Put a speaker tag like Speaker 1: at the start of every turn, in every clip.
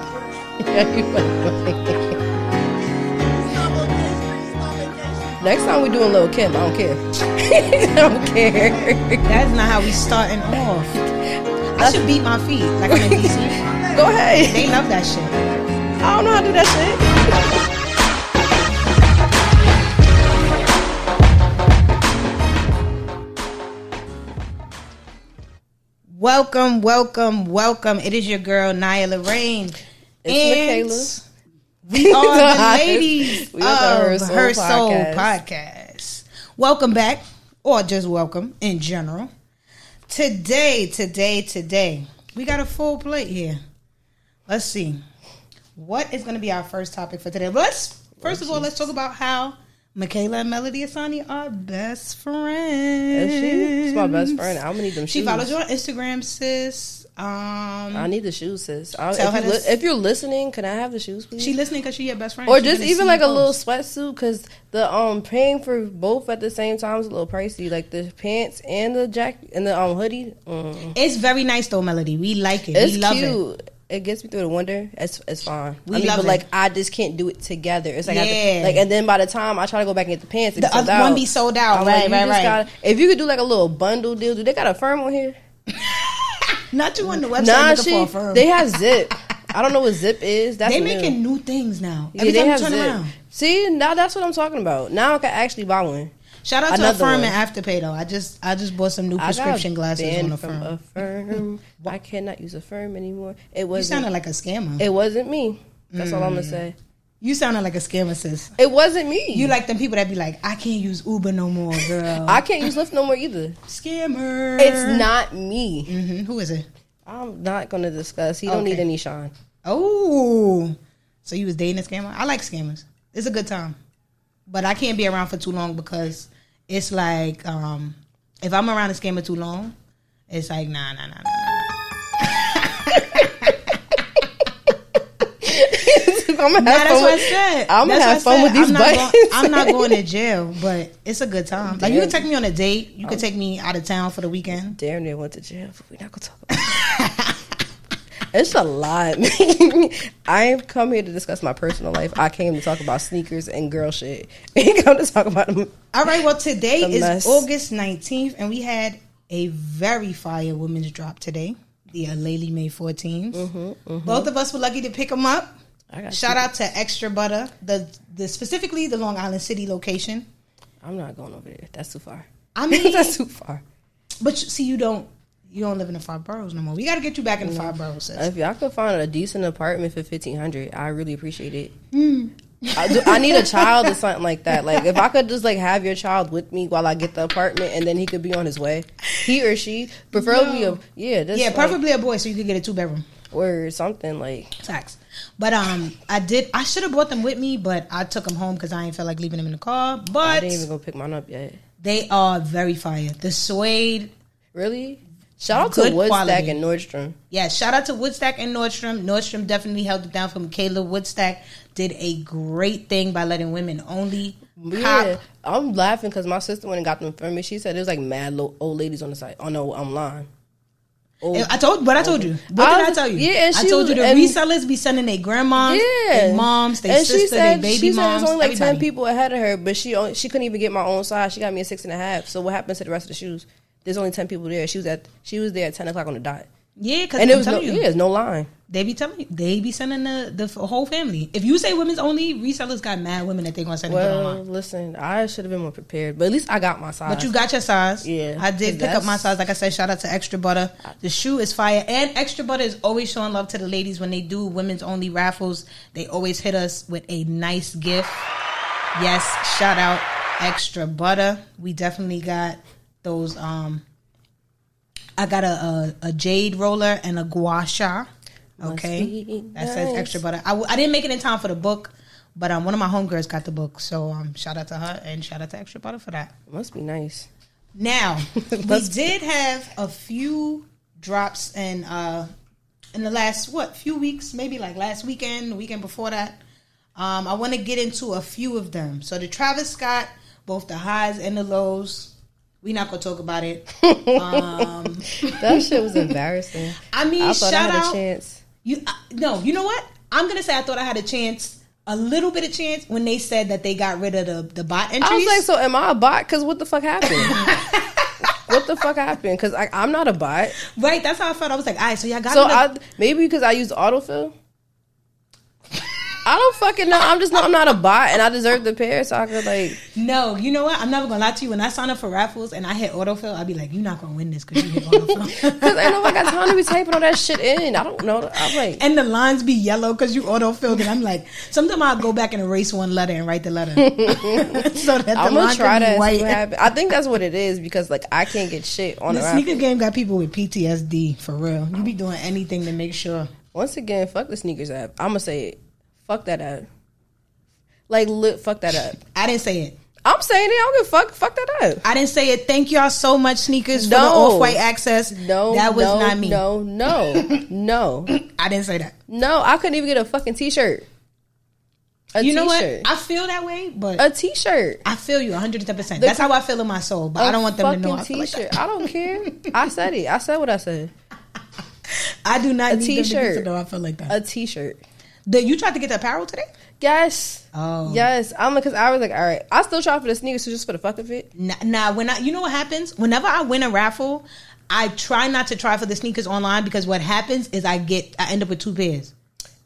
Speaker 1: Next time we doing Lil Kim, I don't care. I don't care.
Speaker 2: That's not how we starting off. I should beat my feet like I'm in DC.
Speaker 1: Go ahead.
Speaker 2: They love that shit.
Speaker 1: I don't know how to do that
Speaker 2: Welcome, welcome, welcome. It is your girl Nia Lorraine.
Speaker 1: It's
Speaker 2: and
Speaker 1: Michaela.
Speaker 2: we are the
Speaker 1: Guys,
Speaker 2: ladies
Speaker 1: we
Speaker 2: of
Speaker 1: are the
Speaker 2: Her
Speaker 1: Her
Speaker 2: Soul,
Speaker 1: Soul Podcast.
Speaker 2: Podcast. Welcome back, or just welcome in general. Today, today, today, we got a full plate here. Let's see. What is going to be our first topic for today? Let's, first of all, let's talk about how Michaela and Melody Asani are best friends.
Speaker 1: shit. She's my best friend. I'm gonna need them
Speaker 2: She
Speaker 1: shoes.
Speaker 2: follows you on Instagram, sis. Um,
Speaker 1: I need the shoes, sis. I,
Speaker 2: Tell
Speaker 1: if,
Speaker 2: her
Speaker 1: you
Speaker 2: this.
Speaker 1: li- if you're listening, can I have the shoes, please?
Speaker 2: she listening because she your best friend,
Speaker 1: or
Speaker 2: She
Speaker 1: just
Speaker 2: finna
Speaker 1: even
Speaker 2: see
Speaker 1: like
Speaker 2: you
Speaker 1: a little
Speaker 2: post.
Speaker 1: sweatsuit because the um paying for both at the same time is a little pricey. Like the pants and the jacket and the um hoodie. Mm.
Speaker 2: It's very nice though, Melody. We like it.
Speaker 1: It's
Speaker 2: we love it.
Speaker 1: cute. It. gets me through the winter. It's it's fine.
Speaker 2: We
Speaker 1: I mean,
Speaker 2: love
Speaker 1: but
Speaker 2: it.
Speaker 1: like I just can't do it together. It's like I have
Speaker 2: Yeah.
Speaker 1: to, like and then by the time I try to go back and get the pants, it's
Speaker 2: The
Speaker 1: sold
Speaker 2: other
Speaker 1: out.
Speaker 2: one be sold out.
Speaker 1: I'm like,
Speaker 2: right,
Speaker 1: you
Speaker 2: right,
Speaker 1: just
Speaker 2: right.
Speaker 1: gotta- if you could do like a little bundle deal, do they got a firm on here?
Speaker 2: Not you on the website
Speaker 1: Nah,
Speaker 2: looking for
Speaker 1: she,
Speaker 2: a firm.
Speaker 1: they have zip. I don't know what zip is. That's
Speaker 2: they
Speaker 1: new.
Speaker 2: making new things now.
Speaker 1: Yeah,
Speaker 2: Every
Speaker 1: they
Speaker 2: time you
Speaker 1: have
Speaker 2: turn
Speaker 1: zip.
Speaker 2: around.
Speaker 1: See, now that's what I'm talking about. Now I can actually buy one.
Speaker 2: Shout out to
Speaker 1: Another
Speaker 2: Affirm
Speaker 1: one.
Speaker 2: and Afterpay though. I just I just bought some new
Speaker 1: I got
Speaker 2: prescription glasses
Speaker 1: banned
Speaker 2: on
Speaker 1: from
Speaker 2: Affirm.
Speaker 1: Affirm. I cannot use Affirm anymore. It
Speaker 2: You
Speaker 1: wasn't.
Speaker 2: sounded like a scammer.
Speaker 1: it wasn't me. That's all I'm gonna say.
Speaker 2: you sounded like a scammer, sis.
Speaker 1: It wasn't me.
Speaker 2: You like them people that be like, I can't use Uber no more, girl.
Speaker 1: I can't use Lyft no more either.
Speaker 2: scammer.
Speaker 1: It's not me.
Speaker 2: Mhm. Who is it?
Speaker 1: I'm not gonna discuss. He don't
Speaker 2: Okay.
Speaker 1: need any shine.
Speaker 2: Oh, so you was dating a scammer? I like scammers. It's a good time, but I can't be around for too long because it's like um, if I'm around a scammer too long, it's like nah, nah, nah, nah. nah.
Speaker 1: I'm gonna have
Speaker 2: Nah, that's
Speaker 1: fun
Speaker 2: what I
Speaker 1: with-
Speaker 2: said.
Speaker 1: I'm gonna
Speaker 2: That's
Speaker 1: have
Speaker 2: what
Speaker 1: fun
Speaker 2: I
Speaker 1: with
Speaker 2: said.
Speaker 1: these
Speaker 2: I'm not, going,
Speaker 1: buttons.
Speaker 2: I'm not going to jail, but it's a good time. Like you can take me on a date. You can
Speaker 1: Oh.
Speaker 2: take me out of town for the weekend.
Speaker 1: Damn near went to jail. But we not gonna talk about. it. It's a lot. man. I ain't come here to discuss my personal life. I came to talk about sneakers and girl shit. I ain't come to talk about them.
Speaker 2: All right. Well, today
Speaker 1: The
Speaker 2: is
Speaker 1: mess.
Speaker 2: August 19th, and we had a very fire women's drop today. The Aleli May 14th.
Speaker 1: Mm-hmm,
Speaker 2: Both of us were lucky to pick them up.
Speaker 1: I got
Speaker 2: Shout out to Extra Butter, the the specifically the Long Island City location.
Speaker 1: I'm not going over there. That's too far.
Speaker 2: I mean,
Speaker 1: that's too far.
Speaker 2: but you, see, you don't you don't live in the five boroughs no more. We got to get you back in the five boroughs. sis.
Speaker 1: If y'all could find a decent apartment for fifteen hundred, I really appreciate it.
Speaker 2: Hmm.
Speaker 1: I, do, I need a child or something like that. Like if I could just like have your child with me while I get the apartment, and then he could be on his way. He or she, preferably
Speaker 2: No.
Speaker 1: a yeah, that's
Speaker 2: yeah,
Speaker 1: like,
Speaker 2: preferably a boy, so you could get a two bedroom
Speaker 1: or something like
Speaker 2: tax. But um, I did. I should have brought them with me, but I took them home because I ain't felt like leaving them in the car.
Speaker 1: I
Speaker 2: But
Speaker 1: didn't even go pick mine up yet.
Speaker 2: they are very fire. The suede.
Speaker 1: Really? Shout out
Speaker 2: Good
Speaker 1: to Woodstack
Speaker 2: quality.
Speaker 1: and Nordstrom.
Speaker 2: Yeah, shout out to Woodstack and Nordstrom. Nordstrom definitely held it down for Michaela. Woodstack did a great thing by letting women only cop
Speaker 1: Yeah, I'm laughing because my sister went and got them for me. She said it was like mad lo- old ladies on the site. Oh no, I'm lying.
Speaker 2: And I told, but I told you. What
Speaker 1: I
Speaker 2: did I
Speaker 1: was-
Speaker 2: tell you?
Speaker 1: yeah, and
Speaker 2: I
Speaker 1: she
Speaker 2: told you the
Speaker 1: was- and-
Speaker 2: resellers be sending their grandmoms, their moms, their sister, their baby
Speaker 1: she
Speaker 2: moms.
Speaker 1: said there's only like ten
Speaker 2: everybody.
Speaker 1: people ahead of her, but she only, she couldn't even get my own size. She got me a six and a half. So what happens to the rest of the shoes? There's only ten people there. She was at she was there at ten o'clock on the dot,
Speaker 2: Yeah, because
Speaker 1: and it was no,
Speaker 2: telling you,
Speaker 1: yeah, there's no line.
Speaker 2: they be telling you, they be sending the the f- whole family. If you say women's only, resellers got mad women that they gonna send them
Speaker 1: Well,
Speaker 2: online.
Speaker 1: listen, I should have been more prepared, but at least I got my size.
Speaker 2: But you got your size.
Speaker 1: Yeah,
Speaker 2: I did pick up my
Speaker 1: that's-
Speaker 2: size. Like I said, shout out to Extra Butter. The shoe is fire, and Extra Butter is always showing love to the ladies when they do women's only raffles. They always hit us with a nice gift. Yes, shout out Extra Butter. We definitely got those. Um, I got a a, a jade roller and a gua sha.
Speaker 1: Must
Speaker 2: Okay,
Speaker 1: be
Speaker 2: that says
Speaker 1: nice.
Speaker 2: Extra Butter. I, w- I didn't make it in time for the book. But um, one of my homegirls got the book, so um, shout out to her and shout out to Extra Butter for that.
Speaker 1: must be nice.
Speaker 2: Now we
Speaker 1: Let's-
Speaker 2: did have a few drops in uh in the last what few weeks, maybe like last weekend, the weekend before that. Um, I want to get into a few of them. So the Travis Scott, both the highs and the lows. We not gonna talk about it. Um,
Speaker 1: That shit was embarrassing.
Speaker 2: I mean,
Speaker 1: I thought
Speaker 2: shout
Speaker 1: I had a
Speaker 2: out
Speaker 1: chance.
Speaker 2: you. Uh, no, you know what? I'm gonna say I thought I had a chance, a little bit of chance when they said that they got rid of the the bot entries.
Speaker 1: I was like, so am I a bot? Because what the fuck happened? what the fuck happened? Because I'm not a bot.
Speaker 2: right, that's how I felt. I was like, all right, so y'all got
Speaker 1: So
Speaker 2: rid of-
Speaker 1: I maybe because I use autofill. I don't fucking know. I'm just not. I'm not a bot, and I deserve the pair. So I could like.
Speaker 2: no, you know what? I'm never gonna lie to you. When I sign up for raffles and I hit autofill, I'd be like, you're not gonna win this because you hit
Speaker 1: Cause ain't
Speaker 2: autofill.
Speaker 1: nobody got time to be typing all that shit in. I don't know. I'm like,
Speaker 2: And the lines be yellow because you autofilled it. I'm like, sometimes I'll go back and erase one letter and write the letter. so that the
Speaker 1: I'm gonna
Speaker 2: line
Speaker 1: try
Speaker 2: can
Speaker 1: to
Speaker 2: be
Speaker 1: see
Speaker 2: white.
Speaker 1: what happens. I think that's what it is because like I can't get shit on the
Speaker 2: The
Speaker 1: raffle.
Speaker 2: sneaker game got people with PTSD for real. You be doing anything to make sure.
Speaker 1: Once again, fuck the sneakers app. I'm gonna say it. Fuck that app. Like, li- fuck that up.
Speaker 2: I didn't say it.
Speaker 1: I'm saying it. I don't give a fuck. Fuck that up.
Speaker 2: I didn't say it. Thank y'all so much, sneakers, for the
Speaker 1: No.
Speaker 2: off white access.
Speaker 1: No,
Speaker 2: that was
Speaker 1: no,
Speaker 2: not me.
Speaker 1: No, no, no.
Speaker 2: I didn't say that.
Speaker 1: No, I couldn't even get a fucking t-shirt. A
Speaker 2: you know
Speaker 1: t-shirt.
Speaker 2: what? I feel that way, but
Speaker 1: A t-shirt.
Speaker 2: I feel you 110%. That's how I feel in my soul, but
Speaker 1: I
Speaker 2: I don't want them to know. I,
Speaker 1: Fucking
Speaker 2: feel like
Speaker 1: t-shirt.
Speaker 2: that.
Speaker 1: I don't care. I said it. I said what I said.
Speaker 2: I do not
Speaker 1: A
Speaker 2: need them to get to
Speaker 1: t-shirt.
Speaker 2: know I feel like that.
Speaker 1: A t-shirt.
Speaker 2: The- you tried to get the apparel today?
Speaker 1: Yes.
Speaker 2: Oh.
Speaker 1: Yes. I'm because I was like, all right. I still try for the sneakers so just for the fuck of it.
Speaker 2: Nah, nah, when I, you know what happens? Whenever I win a raffle, I try not to try for the sneakers online because what happens is I get, I end up with two pairs.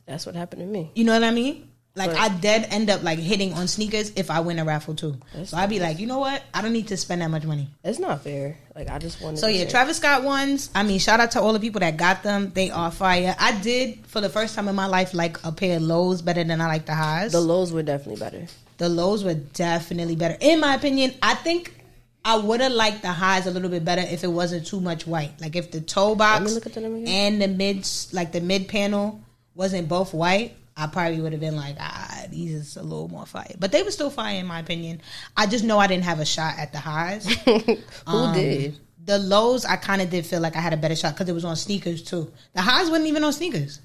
Speaker 1: That's what happened to me.
Speaker 2: You know what I mean? Like
Speaker 1: Right.
Speaker 2: I dead end up like hitting on sneakers if I win a raffle too.
Speaker 1: That's
Speaker 2: so I'd be like, you know what? I don't need to spend that much money.
Speaker 1: It's not fair. Like I just wanted
Speaker 2: So
Speaker 1: to
Speaker 2: yeah,
Speaker 1: say-
Speaker 2: Travis Scott ones. I mean, shout out to all the people that got them. They are fire. I did for the first time in my life like a pair of lows better than I like the highs.
Speaker 1: the lows were definitely better.
Speaker 2: the lows were definitely better in my opinion. I think I would have liked the highs a little bit better if it wasn't too much white. Like if the toe
Speaker 1: Let
Speaker 2: box
Speaker 1: me look at the number again.
Speaker 2: and the mids, like the mid panel, wasn't both white. I probably would have been like, ah, these is a little more fire. But they were still fire in my opinion. I just know I didn't have a shot at the highs.
Speaker 1: Who
Speaker 2: Um,
Speaker 1: did?
Speaker 2: The lows, I kind of did feel like I had a better shot because it was on sneakers too. The highs wasn't even on sneakers.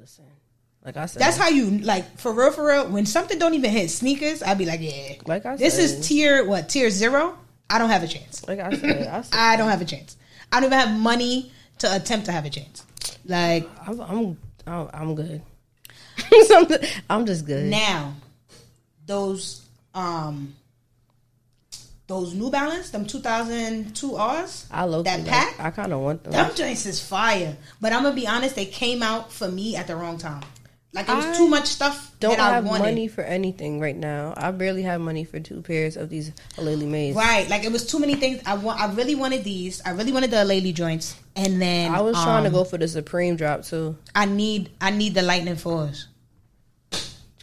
Speaker 1: Listen. Like I said.
Speaker 2: That's how you like for real, for real. When something don't even hit sneakers, I'd be like, yeah,
Speaker 1: Like I
Speaker 2: this
Speaker 1: said.
Speaker 2: is tier what tier zero. I don't have a chance.
Speaker 1: like I said, I said
Speaker 2: I don't have a chance. I don't even have money to attempt to have a chance. Like
Speaker 1: I'm I'm I'm, I'm good. Something, I'm just good.
Speaker 2: now, those um those New Balance, them two thousand two Rs,
Speaker 1: I love
Speaker 2: that pack.
Speaker 1: I kind of want them.
Speaker 2: Them joints is fire. But I'm gonna be honest, they came out for me at the wrong time. Like it was too much stuff
Speaker 1: don't
Speaker 2: that I
Speaker 1: have
Speaker 2: wanted.
Speaker 1: money for anything right now. I barely have money for two pairs of these Halele Mays.
Speaker 2: Right, like it was too many things. I want. I really wanted these. I really wanted the lady joints, and then
Speaker 1: I was trying to
Speaker 2: um,
Speaker 1: go for the Supreme drop too.
Speaker 2: I need. I need the lightning fours.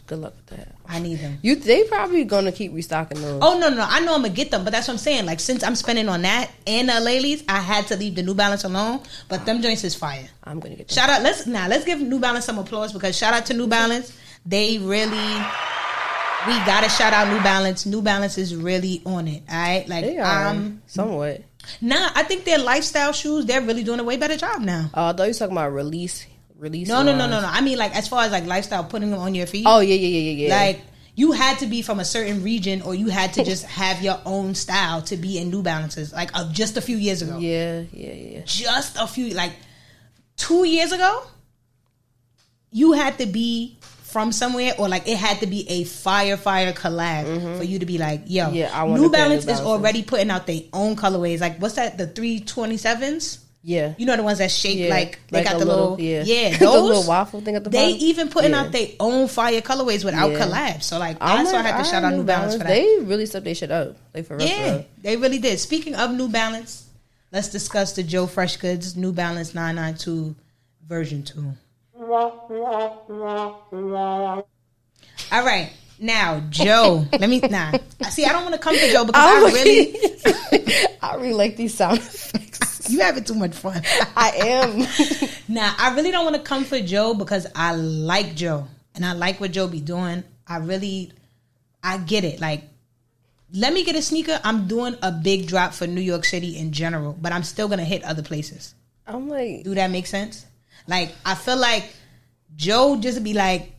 Speaker 1: Good luck with that.
Speaker 2: I need them.
Speaker 1: You they probably gonna keep restocking those.
Speaker 2: Oh no, no, no, I know I'm gonna get them, but that's what I'm saying. Like since I'm spending on that and the ladies, I had to leave the New Balance alone. But them joints is fire.
Speaker 1: I'm gonna get that.
Speaker 2: Shout out. Let's now let's give New Balance some applause because shout out to New Balance. They really. We gotta shout out New Balance. New Balance is really on it. All right, like
Speaker 1: They are
Speaker 2: um,
Speaker 1: somewhat.
Speaker 2: nah, I think their lifestyle shoes. They're really doing a way better job now.
Speaker 1: Oh, I thought you were talking about release release.
Speaker 2: No, no, no,
Speaker 1: lines.
Speaker 2: no, no. I mean, like as far as like lifestyle, putting them on your feet.
Speaker 1: Oh yeah, yeah, yeah, yeah, yeah.
Speaker 2: Like you had to be from a certain region, or you had to just have your own style to be in New Balances. Like uh, just a few years ago,
Speaker 1: yeah, yeah, yeah.
Speaker 2: just a few, like two years ago, you had to be from somewhere, or like it had to be a fire fire collab for you to be like, yo,
Speaker 1: Mm-hmm. Yeah, I want
Speaker 2: New
Speaker 1: a pair of New
Speaker 2: Balance is
Speaker 1: Balances.
Speaker 2: already putting out their own colorways. Like what's that? The three twenty sevens.
Speaker 1: Yeah.
Speaker 2: You know the ones that shape
Speaker 1: Yeah,
Speaker 2: like they
Speaker 1: like
Speaker 2: got
Speaker 1: a
Speaker 2: the little,
Speaker 1: little- yeah.
Speaker 2: yeah
Speaker 1: The
Speaker 2: those
Speaker 1: little waffle thing at the
Speaker 2: They
Speaker 1: bottom?
Speaker 2: even putting
Speaker 1: Yeah.
Speaker 2: out their own fire colorways without
Speaker 1: Yeah.
Speaker 2: collabs. So like that's
Speaker 1: I'm
Speaker 2: why I
Speaker 1: like,
Speaker 2: had to
Speaker 1: ah,
Speaker 2: shout out New Balance, for that.
Speaker 1: They really stepped their shit up. Like for real. for
Speaker 2: yeah,
Speaker 1: real.
Speaker 2: they really did. Speaking of New Balance, let's discuss the Joe Fresh Goods New Balance nine nine two version two. All right. Now, Joe, let me nah. See, I don't want to come to Joe because
Speaker 1: I'm
Speaker 2: I really
Speaker 1: really, I really like these sound effects.
Speaker 2: you having too much fun.
Speaker 1: I am.
Speaker 2: Now, I really don't want to come for Joe because I like Joe and I like what Joe be doing. I really, I get it. Like, let me get a sneaker. I'm doing a big drop for New York City in general, but I'm still gonna hit other places.
Speaker 1: I'm like
Speaker 2: Do that make sense? Like, I feel like Joe just be like,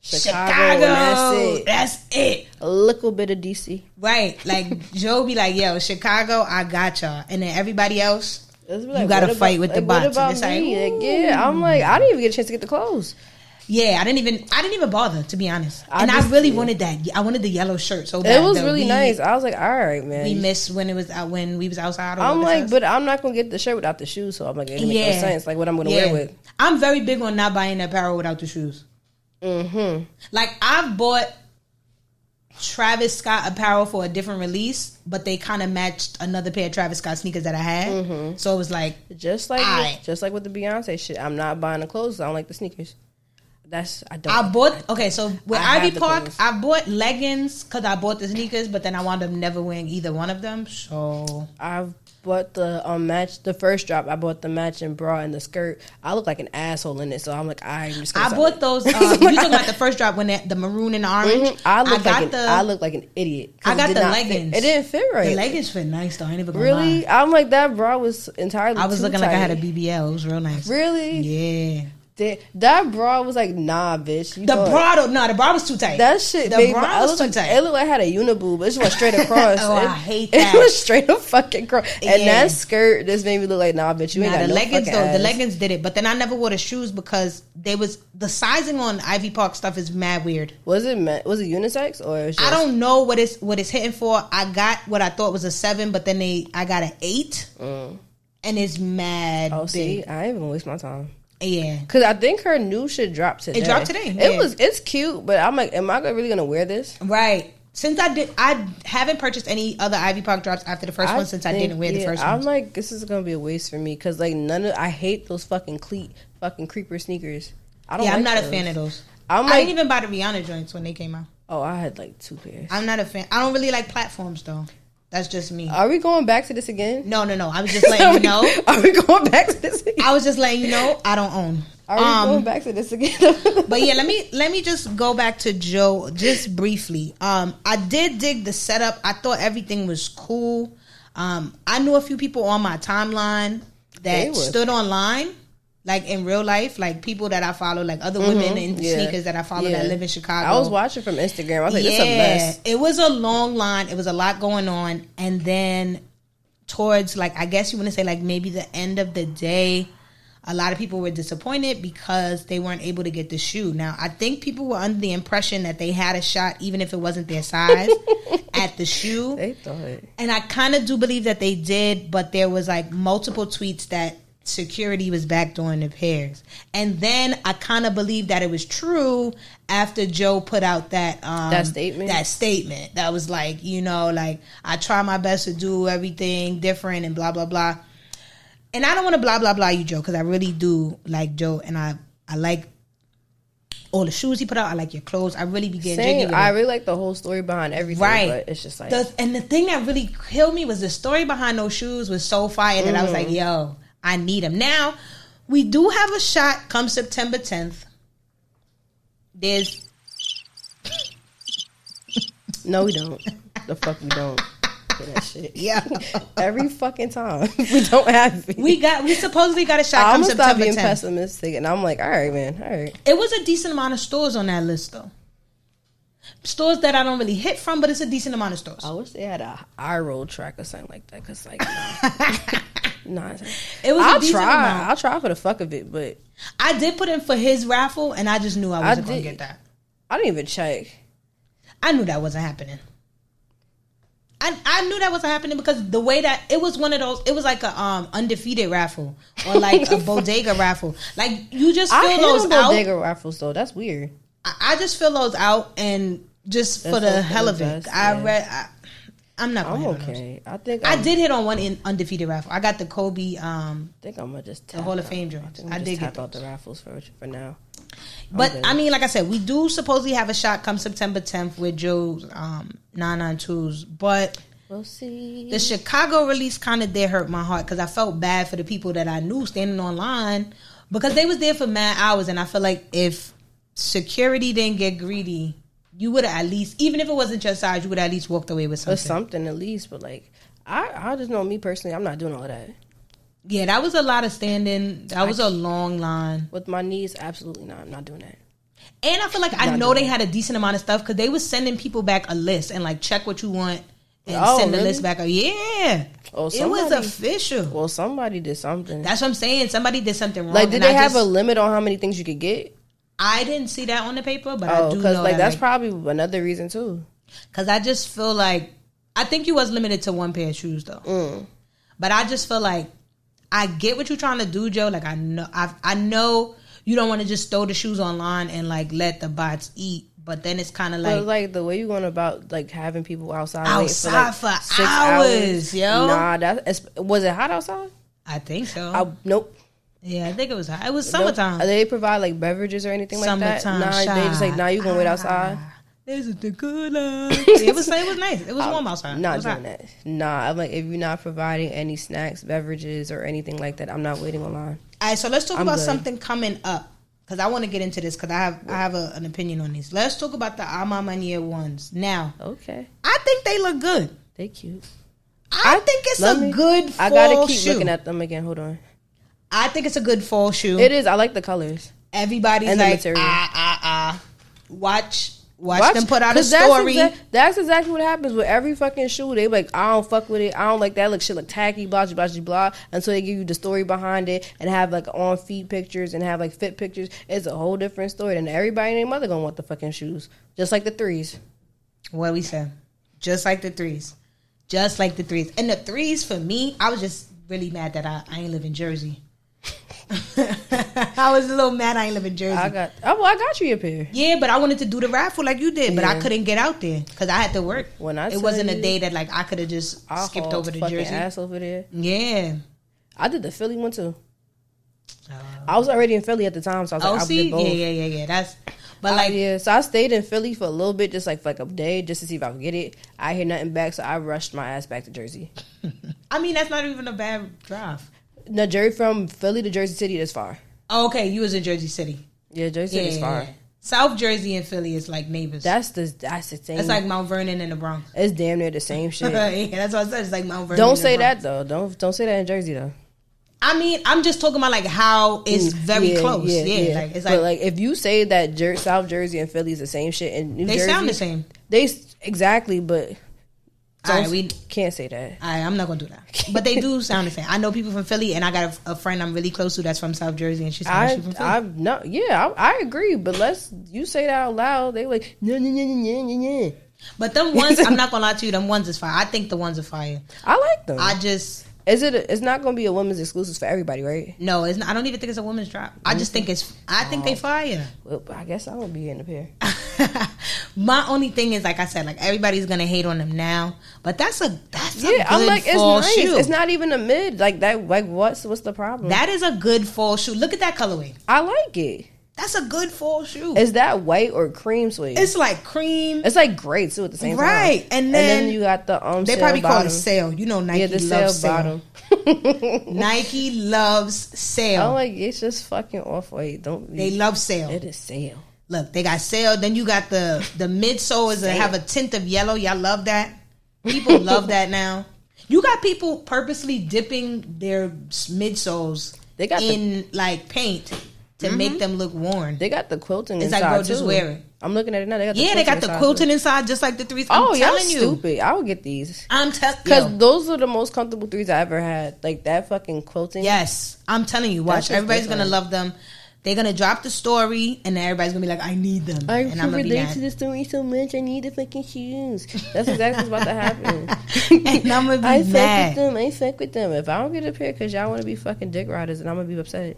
Speaker 2: Chicago,
Speaker 1: Chicago, and that's it.
Speaker 2: that's it.
Speaker 1: a little bit of DC.
Speaker 2: Right. Like Joe be like, yo, Chicago, I got y'all. And then everybody else,
Speaker 1: It's like,
Speaker 2: You gotta
Speaker 1: what
Speaker 2: fight with the
Speaker 1: like, what
Speaker 2: bots, and
Speaker 1: about
Speaker 2: it's like,
Speaker 1: me? Like, yeah, I'm like, I didn't even get a chance to get the clothes.
Speaker 2: Yeah, I didn't even I didn't even bother to be honest,
Speaker 1: I
Speaker 2: and
Speaker 1: just-
Speaker 2: I really
Speaker 1: yeah.
Speaker 2: wanted that. I wanted the yellow shirt so
Speaker 1: It
Speaker 2: bad,
Speaker 1: was
Speaker 2: though.
Speaker 1: really
Speaker 2: We-
Speaker 1: nice. I was like, all right, man.
Speaker 2: We missed when it was out when we was outside. Or
Speaker 1: I'm
Speaker 2: what it
Speaker 1: like,
Speaker 2: says.
Speaker 1: but I'm not gonna get the shirt without the shoes, so I'm like, it makes no sense. Like what I'm gonna wear
Speaker 2: Yeah.
Speaker 1: with.
Speaker 2: I'm very big on not buying apparel without the shoes.
Speaker 1: Mm-hmm.
Speaker 2: Like I've bought Travis Scott apparel for a different release, but they kind of matched another pair of Travis Scott sneakers that I had.
Speaker 1: Mm-hmm.
Speaker 2: So it was like,
Speaker 1: Just like
Speaker 2: Aight.
Speaker 1: with, just like with the Beyonce shit, I'm not buying the clothes. I don't like the sneakers. That's I don't.
Speaker 2: I bought okay. So with
Speaker 1: I have
Speaker 2: Ivy
Speaker 1: the
Speaker 2: Park,
Speaker 1: clothes.
Speaker 2: I bought leggings because I bought the sneakers, but then I wound up never wearing either one of them. So
Speaker 1: I bought the um match the first drop. I bought the matching bra and the skirt. I look like an asshole in it, so I'm like, I'm just. Gonna
Speaker 2: I
Speaker 1: stop
Speaker 2: bought
Speaker 1: it.
Speaker 2: those. Um, you talking about the first drop when that, the maroon and the orange?
Speaker 1: Mhm. I look like
Speaker 2: got
Speaker 1: an,
Speaker 2: the
Speaker 1: I look like an idiot. 'cause
Speaker 2: I
Speaker 1: it
Speaker 2: got
Speaker 1: did
Speaker 2: the
Speaker 1: not fit.
Speaker 2: leggings.
Speaker 1: It didn't fit right.
Speaker 2: the leggings fit nice though. I ain't even gonna
Speaker 1: really,
Speaker 2: lie.
Speaker 1: I'm like that bra was entirely.
Speaker 2: I was
Speaker 1: too
Speaker 2: looking like I had a
Speaker 1: tight.
Speaker 2: BBL. It was real nice.
Speaker 1: Really,
Speaker 2: Yeah.
Speaker 1: That- that bra was like nah, bitch. You
Speaker 2: The
Speaker 1: thought-
Speaker 2: bra, don't- no, the bra was too tight.
Speaker 1: That shit,
Speaker 2: the
Speaker 1: baby.
Speaker 2: bra
Speaker 1: I
Speaker 2: was
Speaker 1: looked
Speaker 2: too
Speaker 1: like,
Speaker 2: tight.
Speaker 1: It looked like I had a uniboob. It just went straight across.
Speaker 2: Oh,
Speaker 1: it,
Speaker 2: I hate that.
Speaker 1: It was straight the fuck across. And
Speaker 2: Yeah.
Speaker 1: that skirt just made me look like, nah, bitch, you ain't
Speaker 2: Nah,
Speaker 1: got
Speaker 2: the
Speaker 1: no
Speaker 2: leggings
Speaker 1: fucking
Speaker 2: though, the
Speaker 1: ass.
Speaker 2: leggings did it. But then I never wore the shoes because they was the sizing on Ivy Park stuff is mad weird.
Speaker 1: Was it ma- was it unisex or? It was just,
Speaker 2: I don't know what it's what it's hitting for. I got what I thought was a seven, but then they I got an eight, and it's mad.
Speaker 1: Mm. Oh, see,
Speaker 2: big.
Speaker 1: I ain't even waste my time.
Speaker 2: yeah.
Speaker 1: Cause I think her new shit dropped today.
Speaker 2: dropped today, yeah.
Speaker 1: It was it's cute, but I'm like, am I really gonna wear this?
Speaker 2: Right. Since I did, I haven't purchased any other Ivy Park drops after the first one. Since I
Speaker 1: think-
Speaker 2: didn't wear the
Speaker 1: yeah,
Speaker 2: first
Speaker 1: I'm
Speaker 2: one.
Speaker 1: like, this is gonna be a waste for me. Cause like none of I hate those fucking cleat fucking creeper sneakers. I don't.
Speaker 2: Yeah, I'm
Speaker 1: like
Speaker 2: not a
Speaker 1: those.
Speaker 2: fan of those.
Speaker 1: I'm
Speaker 2: I
Speaker 1: like,
Speaker 2: didn't even buy the Rihanna joints when they came out.
Speaker 1: oh, I had like two pairs.
Speaker 2: I'm not a fan. I don't really like platforms though. That's just me.
Speaker 1: Are we going back to this again?
Speaker 2: no, no, no. I was just letting you know.
Speaker 1: Are we going back to this again?
Speaker 2: I was just letting you know I don't own.
Speaker 1: Are we
Speaker 2: Um,
Speaker 1: going back to this again?
Speaker 2: but yeah, let me let me just go back to Joe just briefly. Um, I did dig the setup. I thought everything was cool. Um, I knew a few people on my timeline
Speaker 1: They
Speaker 2: that
Speaker 1: were-
Speaker 2: stood online, like in real life, like people that I follow, like other women in
Speaker 1: Mm-hmm. Yeah.
Speaker 2: sneakers that I follow
Speaker 1: Yeah.
Speaker 2: that live in Chicago.
Speaker 1: I was watching from Instagram. I was like, this
Speaker 2: yeah,
Speaker 1: a mess.
Speaker 2: it was a long line. It was a lot going on, and then towards like I guess you want to say like maybe the end of the day, a lot of people were disappointed because they weren't able to get the shoe. Now I think people were under the impression that they had a shot, even if it wasn't their size, at the shoe.
Speaker 1: They thought it.
Speaker 2: And I kind of do believe that they did, but there was like multiple tweets that security was backdooring the pairs. And then I kind of believe that it was true after Joe put out that um,
Speaker 1: That statement?
Speaker 2: That statement that was like, you know, like I try my best to do everything different and blah blah blah. And I don't want to blah blah blah you, Joe, because I really do like Joe, and I I like all the shoes he put out. I like your clothes. I really be getting jiggy
Speaker 1: Same.
Speaker 2: with
Speaker 1: I
Speaker 2: it.
Speaker 1: really like the whole story behind everything.
Speaker 2: Right.
Speaker 1: But it's just like,
Speaker 2: The- and the thing that really killed me was the story behind those shoes was so fire that I was
Speaker 1: Mm-hmm.
Speaker 2: like, yo, I need them. Now, we do have a shot come September 10th. There's,
Speaker 1: no, we don't. the fuck we don't. Hear that shit.
Speaker 2: yeah.
Speaker 1: Every fucking time. we don't have it.
Speaker 2: we got, we supposedly got a shot
Speaker 1: I'm
Speaker 2: come
Speaker 1: gonna stop
Speaker 2: September
Speaker 1: being
Speaker 2: 10th.
Speaker 1: pessimistic. And I'm like, all right, man. All right.
Speaker 2: It was a decent amount of stores on that list, though. Stores that I don't really hit from, but it's a decent amount of stores.
Speaker 1: I wish they had a eye roll track or something like that. Cause like, nah.
Speaker 2: It was a
Speaker 1: I'll
Speaker 2: decent
Speaker 1: try.
Speaker 2: amount.
Speaker 1: I'll try for the fuck of it, but
Speaker 2: I did put in for his raffle, and I just knew I wasn't going to
Speaker 1: did.
Speaker 2: get that.
Speaker 1: I didn't even check.
Speaker 2: I knew that wasn't happening. I, I knew that wasn't happening because the way that it was one of those, it was like a um undefeated raffle or like a bodega raffle. Like you just
Speaker 1: I
Speaker 2: fill
Speaker 1: hate those
Speaker 2: those out. I,
Speaker 1: bodega raffles though. That's weird.
Speaker 2: I just fill those out and just for
Speaker 1: That's
Speaker 2: the
Speaker 1: what
Speaker 2: hell
Speaker 1: they
Speaker 2: of it.
Speaker 1: does,
Speaker 2: I
Speaker 1: yeah.
Speaker 2: read. I, I'm not going
Speaker 1: I'm
Speaker 2: to
Speaker 1: okay. Oh, I think
Speaker 2: I
Speaker 1: I'm,
Speaker 2: did hit on one in undefeated raffle. I got the Kobe. Um,
Speaker 1: think I'm gonna just tap
Speaker 2: Hall of
Speaker 1: out.
Speaker 2: Fame
Speaker 1: I
Speaker 2: joints.
Speaker 1: think I'm
Speaker 2: I
Speaker 1: just
Speaker 2: did get
Speaker 1: tap out the raffles for for now.
Speaker 2: but
Speaker 1: good.
Speaker 2: I mean, like I said, we do supposedly have a shot come September 10th with Joe's um 992s, but.
Speaker 1: We'll see.
Speaker 2: The Chicago release kind of did hurt my heart because I felt bad for the people that I knew standing online because they was there for mad hours, and I feel like if security didn't get greedy, you would have at least, even if it wasn't your size, you would at least walked away with
Speaker 1: or
Speaker 2: something.
Speaker 1: something at least, but like I, I just know me personally. I'm not doing all that
Speaker 2: Yeah, that was a lot of standing. That was a long line,
Speaker 1: with my knees. Absolutely not. I'm not doing that.
Speaker 2: and I feel like I
Speaker 1: Not
Speaker 2: know they
Speaker 1: doing
Speaker 2: had a decent amount of stuff because they was sending people back a list and like check what you want and
Speaker 1: Oh,
Speaker 2: send the
Speaker 1: really?
Speaker 2: list back. Yeah,
Speaker 1: Oh,
Speaker 2: it was
Speaker 1: somebody,
Speaker 2: official.
Speaker 1: well, somebody did something.
Speaker 2: That's what I'm saying. Somebody did something wrong.
Speaker 1: like, did
Speaker 2: and
Speaker 1: they
Speaker 2: I
Speaker 1: have a
Speaker 2: just-
Speaker 1: limit on how many things you could get?
Speaker 2: I didn't see that on the paper, but I
Speaker 1: Oh,
Speaker 2: do
Speaker 1: because
Speaker 2: know
Speaker 1: like
Speaker 2: that,
Speaker 1: that's
Speaker 2: like,
Speaker 1: probably another reason too.
Speaker 2: Cause I just feel like I think you was limited to one pair of shoes though.
Speaker 1: Mm.
Speaker 2: But I just feel like I get what you're trying to do, Joe. Like I know I I know you don't want to just throw the shoes online and like let the bots eat. But then it's kind of
Speaker 1: But
Speaker 2: like,
Speaker 1: like, the way you going about like having people outside waiting
Speaker 2: outside for, hours, yo. Oh.
Speaker 1: Nah, that it's- was it hot outside?
Speaker 2: I think so.
Speaker 1: I, nope.
Speaker 2: yeah, I think it was hot. It was
Speaker 1: Nope. Uh,
Speaker 2: summertime.
Speaker 1: They provide like beverages or anything like that.
Speaker 2: summertime.
Speaker 1: Nah,
Speaker 2: shot.
Speaker 1: they just like nah, you gonna wait outside.
Speaker 2: Ah, There's a tequila. it was it was nice. It was warm outside. it
Speaker 1: Not
Speaker 2: was
Speaker 1: doing
Speaker 2: hot.
Speaker 1: that. Nah, I'm like if you're not providing any snacks, beverages, or anything like that, I'm not waiting online.
Speaker 2: All right, so let's talk about
Speaker 1: good.
Speaker 2: something coming up because I want to get into this because I have I have a, an opinion on these. Let's talk about the Amamania ones. Now,
Speaker 1: Okay,
Speaker 2: I think they look good.
Speaker 1: they cute.
Speaker 2: I, think it's
Speaker 1: Let
Speaker 2: a
Speaker 1: me-
Speaker 2: good fall
Speaker 1: I gotta keep
Speaker 2: shoe.
Speaker 1: looking at them again. Hold on.
Speaker 2: I think it's a good fall shoe.
Speaker 1: It is. I like the colors.
Speaker 2: Everybody's
Speaker 1: and the
Speaker 2: like,
Speaker 1: material.
Speaker 2: ah, ah, ah. Watch, watch,
Speaker 1: Watch-
Speaker 2: them put out a
Speaker 1: 'cause that's
Speaker 2: story.
Speaker 1: exac- that's exactly what happens with every fucking shoe. They like, I don't fuck with it. I don't like that. Look, shit look tacky, blah, blah, blah, blah. Until they give you the story behind it and have like on feet pictures and have like fit pictures. It's a whole different story. And everybody and their mother gonna want the fucking shoes. Just like the threes.
Speaker 2: what we said, just like the threes, just like the threes, and the threes for me, I was just really mad that I, I ain't live in Jersey. I was a little mad I ain't live in Jersey.
Speaker 1: I got, oh, well, I got you a pair.
Speaker 2: Yeah, but I wanted to do the raffle like you did, but I
Speaker 1: Yeah.
Speaker 2: couldn't get out there because I had to work.
Speaker 1: When I
Speaker 2: it
Speaker 1: tell
Speaker 2: wasn't a
Speaker 1: you,
Speaker 2: day that like I could have just
Speaker 1: I
Speaker 2: skipped over to
Speaker 1: the fucking
Speaker 2: Jersey.
Speaker 1: ass over there.
Speaker 2: Yeah.
Speaker 1: I did the Philly one too.
Speaker 2: Uh,
Speaker 1: I was already in Philly at the time, so I was
Speaker 2: oh,
Speaker 1: like, I
Speaker 2: see,
Speaker 1: did both.
Speaker 2: yeah, yeah, yeah, yeah. That's but
Speaker 1: I-
Speaker 2: like
Speaker 1: yeah, so I stayed in Philly for a little bit, just like for like a day, just to see if I could get it. I hear nothing back, so I rushed my ass back to Jersey.
Speaker 2: I mean that's not even a bad drive.
Speaker 1: No, Jerry from Philly to Jersey City is far.
Speaker 2: Oh, okay, you was in Jersey City.
Speaker 1: Yeah, Jersey
Speaker 2: Yeah,
Speaker 1: City is
Speaker 2: yeah,
Speaker 1: far.
Speaker 2: yeah. South Jersey and Philly is like neighbors. That's,
Speaker 1: That's the that's the same.
Speaker 2: like Mount Vernon and the Bronx.
Speaker 1: it's damn near the same shit.
Speaker 2: yeah, that's what I said. It's like Mount Vernon.
Speaker 1: don't
Speaker 2: and
Speaker 1: say
Speaker 2: the Bronx.
Speaker 1: that though. Don't don't say that in Jersey though.
Speaker 2: I mean, I'm just talking about like how it's very
Speaker 1: Yeah,
Speaker 2: close. Yeah, like it's like,
Speaker 1: but like if you say that Jer- South Jersey and Philly is the same shit, and New
Speaker 2: they
Speaker 1: Jersey,
Speaker 2: sound the same.
Speaker 1: They s- exactly, but
Speaker 2: All right,
Speaker 1: don't-
Speaker 2: we
Speaker 1: can't say that.
Speaker 2: I, I'm not gonna do that. But they do sound the same. I know people from Philly, and I got a, a friend I'm really close to that's from South Jersey, and she's
Speaker 1: I
Speaker 2: from Philly.
Speaker 1: I'm not. Yeah, I, I agree. But let's you say that out loud. They like no no no no no no.
Speaker 2: but them ones, I'm not gonna lie to you, them ones is fire. I think the ones are fire.
Speaker 1: I like them.
Speaker 2: I just
Speaker 1: is it? A, it's not going to be a women's exclusive for everybody, right?
Speaker 2: no, it's not, I don't even think it's a woman's drop. I just think it's. I think
Speaker 1: Oh.
Speaker 2: they fire.
Speaker 1: Well, I guess I won't be in the pair.
Speaker 2: My only thing is, like I said, like everybody's gonna hate on them now, but that's a that's a good
Speaker 1: Yeah, I'm like, it's
Speaker 2: fall
Speaker 1: nice.
Speaker 2: shoe.
Speaker 1: It's not even a mid. Like that. Like what's what's the problem?
Speaker 2: that is a good fall shoe. Look at that colorway.
Speaker 1: I like it.
Speaker 2: That's a good fall shoe. It's,
Speaker 1: Is that white or cream suede? It's,
Speaker 2: like cream.
Speaker 1: like great too at the same time.
Speaker 2: Right, and then
Speaker 1: you got the um.
Speaker 2: they
Speaker 1: sail
Speaker 2: probably call it
Speaker 1: bottom.
Speaker 2: sale. You know, Nike
Speaker 1: yeah the sail
Speaker 2: loves sale.
Speaker 1: bottom.
Speaker 2: Nike loves
Speaker 1: I'm
Speaker 2: sale.
Speaker 1: like it's just fucking off white. Don't
Speaker 2: They
Speaker 1: be,
Speaker 2: love sale.
Speaker 1: Oh, it is sale.
Speaker 2: Look, they got sale. Then you got the the midsoles that have a tint of yellow. Y'all love that. People love that now. You got people purposely dipping their s- midsoles
Speaker 1: They got the- Mm-hmm.
Speaker 2: in like paint to make them look worn.
Speaker 1: They got the quilting
Speaker 2: It's like,
Speaker 1: inside
Speaker 2: bro, just
Speaker 1: too.
Speaker 2: wear it.
Speaker 1: I'm looking at it now. They got the
Speaker 2: yeah, they got the
Speaker 1: inside, too.
Speaker 2: quilting inside, just like the threes. I'm
Speaker 1: Oh, y'all
Speaker 2: telling you,
Speaker 1: stupid! I would get these
Speaker 2: I'm telling
Speaker 1: because those are the most comfortable threes I ever had. Like that fucking quilting.
Speaker 2: Yes, I'm telling you.
Speaker 1: That's
Speaker 2: Watch,
Speaker 1: just
Speaker 2: everybody's gonna
Speaker 1: different.
Speaker 2: love them. They're gonna drop the story, and then everybody's gonna be like, "I need them,"
Speaker 1: I
Speaker 2: and
Speaker 1: can
Speaker 2: I'm gonna be
Speaker 1: relate
Speaker 2: mad.
Speaker 1: to the story so much. I need the fucking shoes. That's exactly what's about to happen.
Speaker 2: And I'ma be
Speaker 1: I
Speaker 2: mad.
Speaker 1: fuck with them. I fuck with them. If I don't get a pair, because y'all want to be fucking dick riders, and I'm gonna be upset.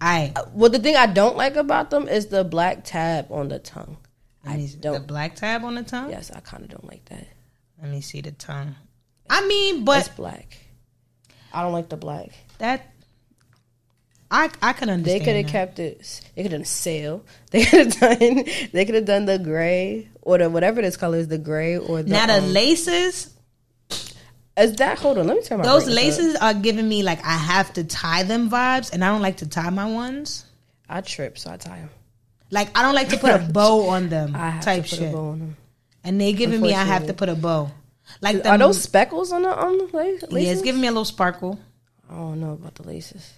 Speaker 2: I
Speaker 1: Well, the thing I don't like about them is the black tab on the tongue.
Speaker 2: let me see the
Speaker 1: don't-
Speaker 2: black tab on the tongue.
Speaker 1: Yes, I kind of don't like that.
Speaker 2: Let me see the tongue. I mean,
Speaker 1: That's
Speaker 2: but
Speaker 1: black. I don't like the black.
Speaker 2: that I I can
Speaker 1: They
Speaker 2: understand.
Speaker 1: could have
Speaker 2: that.
Speaker 1: kept it. They could have done sale. They could have done. They could have done the gray or the whatever this color is, the gray or the.
Speaker 2: now the
Speaker 1: um,
Speaker 2: laces.
Speaker 1: is that hold on? Let me turn my
Speaker 2: Those
Speaker 1: brightness up.
Speaker 2: laces are giving me like I have to tie them vibes, and I don't like to tie my ones.
Speaker 1: I trip, so I tie them.
Speaker 2: Like I don't like to put a bow on them
Speaker 1: I have
Speaker 2: type
Speaker 1: to put
Speaker 2: shit.
Speaker 1: a bow on them.
Speaker 2: And they giving me I have to put a bow. Like the
Speaker 1: Are those speckles on the on the la- laces?
Speaker 2: Yeah, it's giving me a little sparkle.
Speaker 1: I don't know about the laces.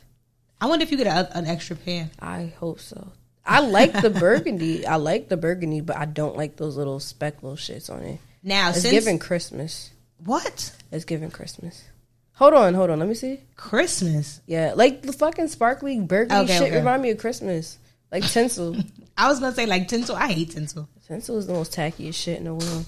Speaker 2: I wonder if you get a, an extra pair.
Speaker 1: I hope so. I like the burgundy. I like the burgundy, but I don't like those little speckle shits on it.
Speaker 2: Now,
Speaker 1: It's
Speaker 2: Uh, since
Speaker 1: giving Christmas.
Speaker 2: what
Speaker 1: It's giving Christmas. Hold on, hold on. Let me see.
Speaker 2: Christmas?
Speaker 1: Yeah, like the fucking sparkly burgundy
Speaker 2: Okay,
Speaker 1: shit
Speaker 2: okay.
Speaker 1: remind me of Christmas. Like tinsel.
Speaker 2: I was gonna say like tinsel. I hate tinsel.
Speaker 1: tinsel is the most tackiest shit in the world.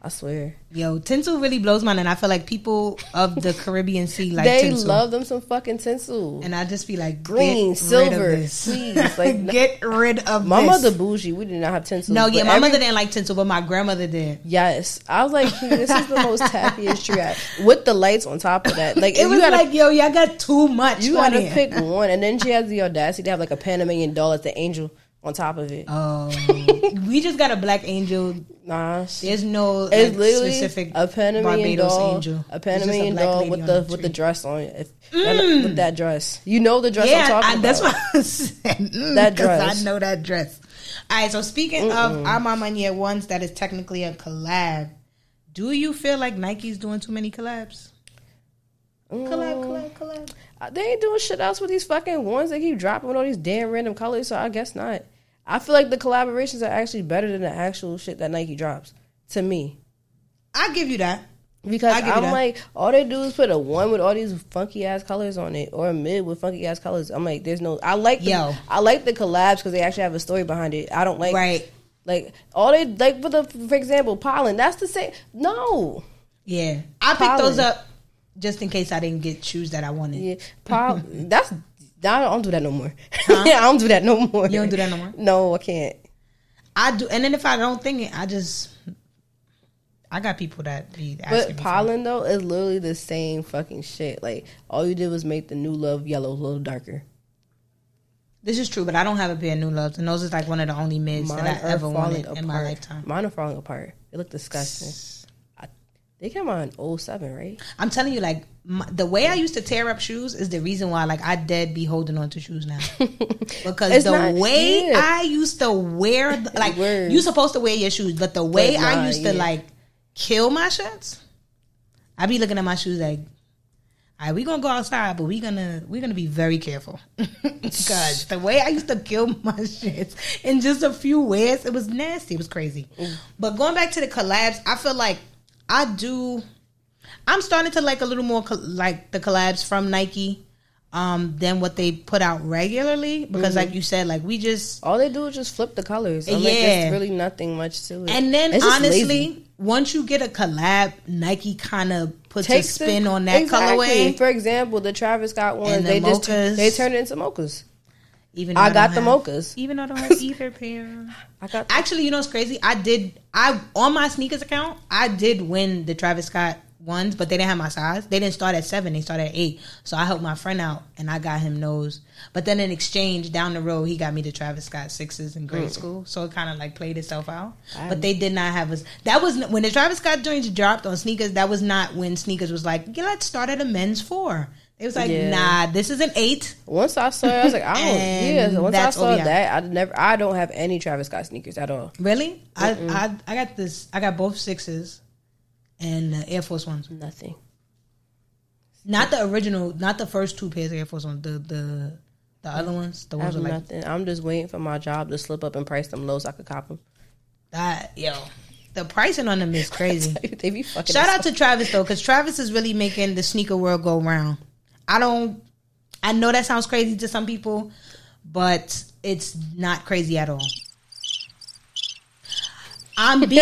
Speaker 1: I swear.
Speaker 2: Yo, tinsel really blows mine, and I feel like people of the Caribbean Sea like
Speaker 1: they
Speaker 2: tinsel.
Speaker 1: love them some fucking tinsel.
Speaker 2: and I just be like,
Speaker 1: Green,
Speaker 2: get
Speaker 1: silver,
Speaker 2: rid of this.
Speaker 1: please, like, no-
Speaker 2: get rid of
Speaker 1: My
Speaker 2: this.
Speaker 1: mother bougie. We did not have tinsel.
Speaker 2: No, yeah,
Speaker 1: but
Speaker 2: my
Speaker 1: every-
Speaker 2: mother didn't like tinsel, but my grandmother did.
Speaker 1: Yes, I was like, "Hmm, this is the most tackiest tree I-" with the lights on top of that. Like
Speaker 2: It
Speaker 1: you
Speaker 2: was
Speaker 1: gotta,
Speaker 2: like, yo, y'all got too much.
Speaker 1: you
Speaker 2: on
Speaker 1: gotta
Speaker 2: here.
Speaker 1: pick one, and then she has the audacity to have like a Panamanian doll at the angel on top of it.
Speaker 2: Oh, we just got a black angel.
Speaker 1: Nah, she-
Speaker 2: There's no like,
Speaker 1: it's literally
Speaker 2: specific
Speaker 1: a Panamanian
Speaker 2: Barbados
Speaker 1: doll,
Speaker 2: angel.
Speaker 1: a
Speaker 2: It's just
Speaker 1: Panamanian
Speaker 2: black
Speaker 1: doll
Speaker 2: lady
Speaker 1: with
Speaker 2: on
Speaker 1: the with the
Speaker 2: tree. Mm.
Speaker 1: dress on it. If- with that dress. You know the dress I'm
Speaker 2: yeah,
Speaker 1: talking
Speaker 2: I, that's
Speaker 1: about.
Speaker 2: what I said. Mm,
Speaker 1: That
Speaker 2: 'cause
Speaker 1: dress.
Speaker 2: I know that dress. All right. So speaking of our Mama Nia ones, that is technically a collab. Do you feel like Nike's doing too many collabs?
Speaker 1: Mm.
Speaker 2: Collab, collab, collab.
Speaker 1: Uh, They ain't doing shit else with these fucking ones. They keep dropping with all these damn random colors, so I guess not. I feel like the collaborations are actually better than the actual shit that Nike drops to me.
Speaker 2: I give you that.
Speaker 1: Because
Speaker 2: I give you
Speaker 1: I'm
Speaker 2: that.
Speaker 1: like, all they do is put a one with all these funky ass colors on it, or a mid with funky ass colors. I'm like, there's no. I like the,
Speaker 2: Yo.
Speaker 1: I like the collabs because they actually have a story behind it. I don't like
Speaker 2: right.
Speaker 1: like all they like for the for example pollen. That's the same. No,
Speaker 2: Yeah. I picked
Speaker 1: Pollen.
Speaker 2: those up just in case I didn't get shoes that I wanted.
Speaker 1: Yeah, prob- that's I don't do that no more. yeah, I don't do that no more.
Speaker 2: You don't do that no more?
Speaker 1: No, I can't.
Speaker 2: I do, and then if I don't think it, I just I got people that be asking
Speaker 1: But
Speaker 2: me.
Speaker 1: pollen though is literally the same fucking shit. Like all you did was make the new love yellow a little darker.
Speaker 2: This is true, but I don't have a pair of new loves, and those is like one of the only mids
Speaker 1: Mine
Speaker 2: that I
Speaker 1: are
Speaker 2: ever
Speaker 1: falling
Speaker 2: wanted
Speaker 1: apart.
Speaker 2: in my lifetime.
Speaker 1: Mine are falling apart. They look disgusting. I, they came out in 07, right?
Speaker 2: I'm telling you, like my, the way I used to tear up shoes is the reason why, like, I dead be holding on to shoes now because
Speaker 1: It's
Speaker 2: the
Speaker 1: not-
Speaker 2: way
Speaker 1: yeah.
Speaker 2: I used to wear, the, like,
Speaker 1: Word.
Speaker 2: you supposed to wear your shoes, but the way
Speaker 1: But nah,
Speaker 2: I used
Speaker 1: yeah.
Speaker 2: to like kill my shirts, I be looking at my shoes like, all right, we gonna go outside, but we gonna we gonna be very careful because the way I used to kill my shit in just a few wears, it was nasty. It was crazy. But going back to the collabs, I feel like I do. I'm starting to like a little more col- like the collabs from Nike um than what they put out regularly because
Speaker 1: Mm-hmm.
Speaker 2: like you said like we just
Speaker 1: All they do is just flip the colors. I'm like,
Speaker 2: Yeah.
Speaker 1: there's really nothing much to it.
Speaker 2: and then
Speaker 1: It's just
Speaker 2: honestly
Speaker 1: lazy.
Speaker 2: once you get a collab Nike kind of puts a
Speaker 1: the-
Speaker 2: spin on that
Speaker 1: Exactly.
Speaker 2: colorway
Speaker 1: For example, the Travis Scott ones,
Speaker 2: And the
Speaker 1: they just
Speaker 2: mochas.
Speaker 1: they turned it into mochas.
Speaker 2: even though
Speaker 1: I
Speaker 2: don't
Speaker 1: got the
Speaker 2: have-
Speaker 1: mochas.
Speaker 2: even though I don't have either pair
Speaker 1: I got
Speaker 2: actually you know what's crazy I did I on my sneakers account I did win the Travis Scott ones but they didn't have my size they didn't start at seven they started at eight so I helped my friend out and I got him those but then in exchange down the road he got me the Travis Scott sixes in
Speaker 1: Mm.
Speaker 2: grade school so it kind of like played itself out but they did not have us that was when the Travis Scott joints dropped on sneakers that was not when sneakers was like yeah let's start at a men's four it was like
Speaker 1: Yeah.
Speaker 2: nah this is an eight
Speaker 1: once I saw it, I was like, I don't.
Speaker 2: And
Speaker 1: yeah, so once I
Speaker 2: that's all
Speaker 1: saw
Speaker 2: we have.
Speaker 1: that, I never. I don't have any Travis Scott sneakers at all.
Speaker 2: Really? I, I I got this. I got both sixes and the Air Force ones.
Speaker 1: Nothing.
Speaker 2: Not the original. Not the first two pairs of Air Force ones. The the the other ones. The
Speaker 1: Mm-hmm. I
Speaker 2: ones
Speaker 1: have
Speaker 2: with like
Speaker 1: nothing. I'm just waiting for my job to slip up and price them low so I could cop them.
Speaker 2: that. Yo, the pricing on them is crazy.
Speaker 1: they be fucking.
Speaker 2: Shout out to Travis though, because Travis is really making the sneaker world go round. I don't. I know that sounds crazy to some people, but it's not crazy at all. I'm being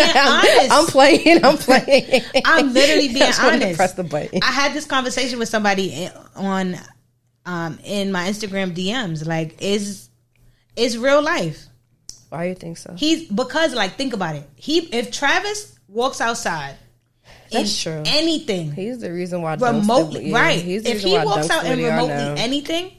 Speaker 2: honest.
Speaker 1: I'm playing. I'm playing.
Speaker 2: I'm literally being
Speaker 1: I just wanted to
Speaker 2: honest.
Speaker 1: press the button.
Speaker 2: I had this conversation with somebody on um in my Instagram DMs. Like, is is real life?
Speaker 1: Why you think so?
Speaker 2: He's because like think about it. He if Travis walks outside, in
Speaker 1: That's true.
Speaker 2: Anything
Speaker 1: He's the reason why dumpster-
Speaker 2: remotely,
Speaker 1: yeah,
Speaker 2: right?
Speaker 1: He's the
Speaker 2: If
Speaker 1: reason
Speaker 2: he
Speaker 1: why
Speaker 2: walks
Speaker 1: dumpster
Speaker 2: out and
Speaker 1: they are
Speaker 2: remotely
Speaker 1: now.
Speaker 2: anything,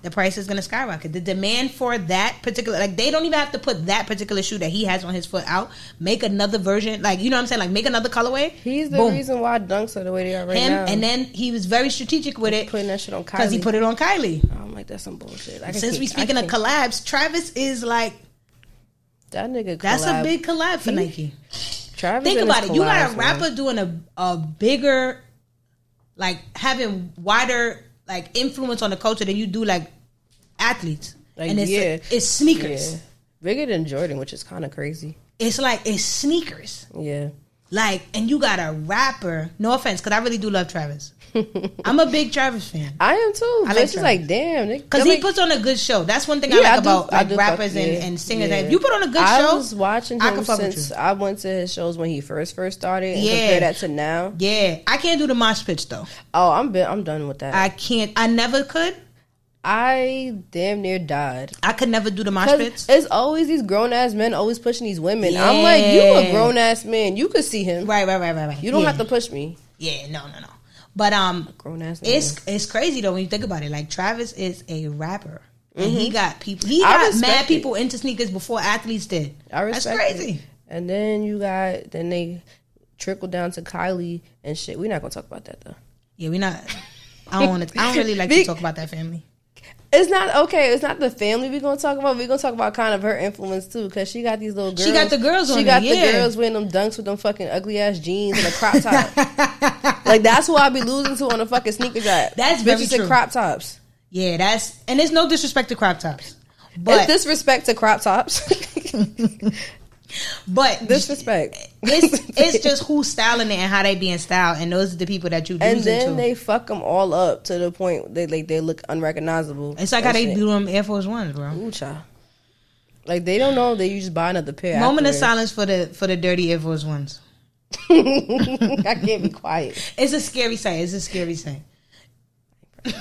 Speaker 2: the price is going to skyrocket. The demand for that particular, like they don't even have to put that particular shoe that he has on his foot out. Make another version, like you know what I'm saying, like make another colorway.
Speaker 1: He's the
Speaker 2: Boom.
Speaker 1: reason why dunks are the way they are right
Speaker 2: him,
Speaker 1: now.
Speaker 2: and then he was very strategic with it
Speaker 1: putting that shit on Kylie.
Speaker 2: because he put it on Kylie.
Speaker 1: I'm like, that's some bullshit. I
Speaker 2: Since
Speaker 1: can't-
Speaker 2: we speaking
Speaker 1: I
Speaker 2: of
Speaker 1: can't-
Speaker 2: collabs, Travis is like
Speaker 1: that nigga,
Speaker 2: that's
Speaker 1: collab.
Speaker 2: a big collab for Nike.
Speaker 1: Travis
Speaker 2: Think
Speaker 1: and his
Speaker 2: about it. You got
Speaker 1: collabs,
Speaker 2: a
Speaker 1: man.
Speaker 2: rapper doing a a bigger, like having wider like influence on the culture than you do like athletes.
Speaker 1: Like,
Speaker 2: and it's
Speaker 1: yeah.
Speaker 2: it's sneakers.
Speaker 1: Yeah. Bigger than Jordan, which is kind of crazy.
Speaker 2: It's like it's sneakers.
Speaker 1: Yeah.
Speaker 2: Like, and you got a rapper. No offense, because I really do love Travis, I'm a big Travis fan.
Speaker 1: I am too.
Speaker 2: I
Speaker 1: I
Speaker 2: like
Speaker 1: she's like, damn,
Speaker 2: Because he puts on a good show. That's one thing I
Speaker 1: Yeah,
Speaker 2: like
Speaker 1: I do-
Speaker 2: about
Speaker 1: I
Speaker 2: like,
Speaker 1: do fuck-
Speaker 2: rappers and,
Speaker 1: yeah,
Speaker 2: and singers.
Speaker 1: yeah.
Speaker 2: Like, if you put on a good
Speaker 1: I
Speaker 2: show,
Speaker 1: was watching
Speaker 2: I
Speaker 1: him
Speaker 2: can fuck with
Speaker 1: since
Speaker 2: you.
Speaker 1: I went to his shows when he first first started, and
Speaker 2: Yeah.
Speaker 1: compare that to now.
Speaker 2: yeah, I can't do the mosh pitch though.
Speaker 1: Oh, I'm been, I'm done with that.
Speaker 2: I can't. I never could.
Speaker 1: I damn near died.
Speaker 2: I could never do the mosh
Speaker 1: 'Cause
Speaker 2: pits.
Speaker 1: It's always these grown ass men always pushing these women. I'm like, you
Speaker 2: Yeah.
Speaker 1: a grown ass man. You could see him.
Speaker 2: Right, right, right, right, right.
Speaker 1: You don't
Speaker 2: yeah.
Speaker 1: have to push me.
Speaker 2: Yeah, no, no, no. But um,
Speaker 1: Grown ass man.
Speaker 2: it's it's crazy though when you think about it. Like Travis is a rapper. And he got people. He
Speaker 1: Mm-hmm. I
Speaker 2: got
Speaker 1: respect
Speaker 2: mad
Speaker 1: it.
Speaker 2: people into sneakers before athletes did.
Speaker 1: I respect
Speaker 2: That's crazy.
Speaker 1: it. And then you got then they trickle down to Kylie and shit. We're not gonna talk about that though.
Speaker 2: Yeah, we not. I don't want to. I don't really like to
Speaker 1: Big-
Speaker 2: talk about that family.
Speaker 1: It's not okay. It's not the family we're gonna talk about. We're gonna talk about kind of her influence too, because she got these little girls.
Speaker 2: She got the girls on
Speaker 1: She
Speaker 2: it,
Speaker 1: got
Speaker 2: yeah.
Speaker 1: the girls wearing them dunks with them fucking ugly ass jeans and a crop top. like that's who I be losing to on a fucking sneaker drop.
Speaker 2: That's very
Speaker 1: bitches
Speaker 2: true.
Speaker 1: in crop tops.
Speaker 2: Yeah, that's and there's no disrespect to crop tops, but
Speaker 1: it's disrespect to crop tops.
Speaker 2: but
Speaker 1: disrespect.
Speaker 2: it's it's just who's styling it and how they being styled, and those are the people that you
Speaker 1: and
Speaker 2: losing
Speaker 1: then
Speaker 2: to.
Speaker 1: they fuck them all up to the point they like they look unrecognizable.
Speaker 2: it's like how
Speaker 1: and
Speaker 2: they
Speaker 1: shit.
Speaker 2: do them Air Force Ones, bro.
Speaker 1: Ooh, child. Like they don't know that you just buy another pair.
Speaker 2: Moment of
Speaker 1: afterwards.
Speaker 2: silence for the for the dirty Air Force Ones.
Speaker 1: I can't be quiet.
Speaker 2: It's a scary sight. It's a scary sight.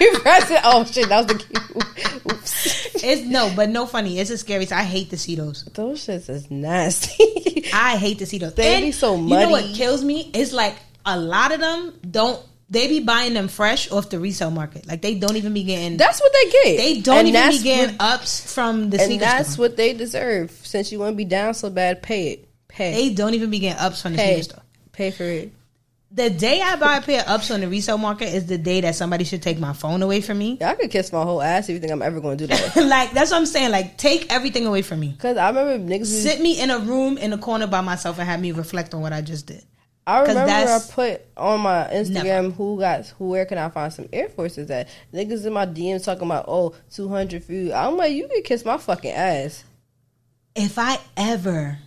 Speaker 1: You press it. Oh shit, that was the cue. Oops.
Speaker 2: It's no, but no funny. It's a scary sight. I hate to see those.
Speaker 1: Those shits is nasty.
Speaker 2: I hate to see those.
Speaker 1: They be so
Speaker 2: You know what
Speaker 1: muddy.
Speaker 2: kills me? It's like a lot of them don't. They be buying them fresh off the resale market. Like they don't even be getting.
Speaker 1: that's what they get.
Speaker 2: they don't
Speaker 1: And
Speaker 2: even be
Speaker 1: that's
Speaker 2: getting
Speaker 1: what-
Speaker 2: ups from the
Speaker 1: and
Speaker 2: sneaker
Speaker 1: that's
Speaker 2: store.
Speaker 1: what they deserve. Since you want to be down so bad, pay it. Pay.
Speaker 2: They don't even be getting ups from the
Speaker 1: pay.
Speaker 2: sneaker store.
Speaker 1: Pay for it.
Speaker 2: The day I buy a pair of ups on the resale market is the day that somebody should take my phone away from me.
Speaker 1: Y'all could kiss my whole ass if you think I'm ever going to do that.
Speaker 2: like that's what I'm saying. Like take everything away from me.
Speaker 1: Cause I remember niggas. was-
Speaker 2: Sit me in a room in a corner by myself and have me reflect on what I just did.
Speaker 1: I remember I
Speaker 2: that's-
Speaker 1: put on my Instagram who got who where can I find some Air Forces at? Niggas in my DMs talking about oh 200 feet. I'm like you can kiss my fucking ass.
Speaker 2: If I ever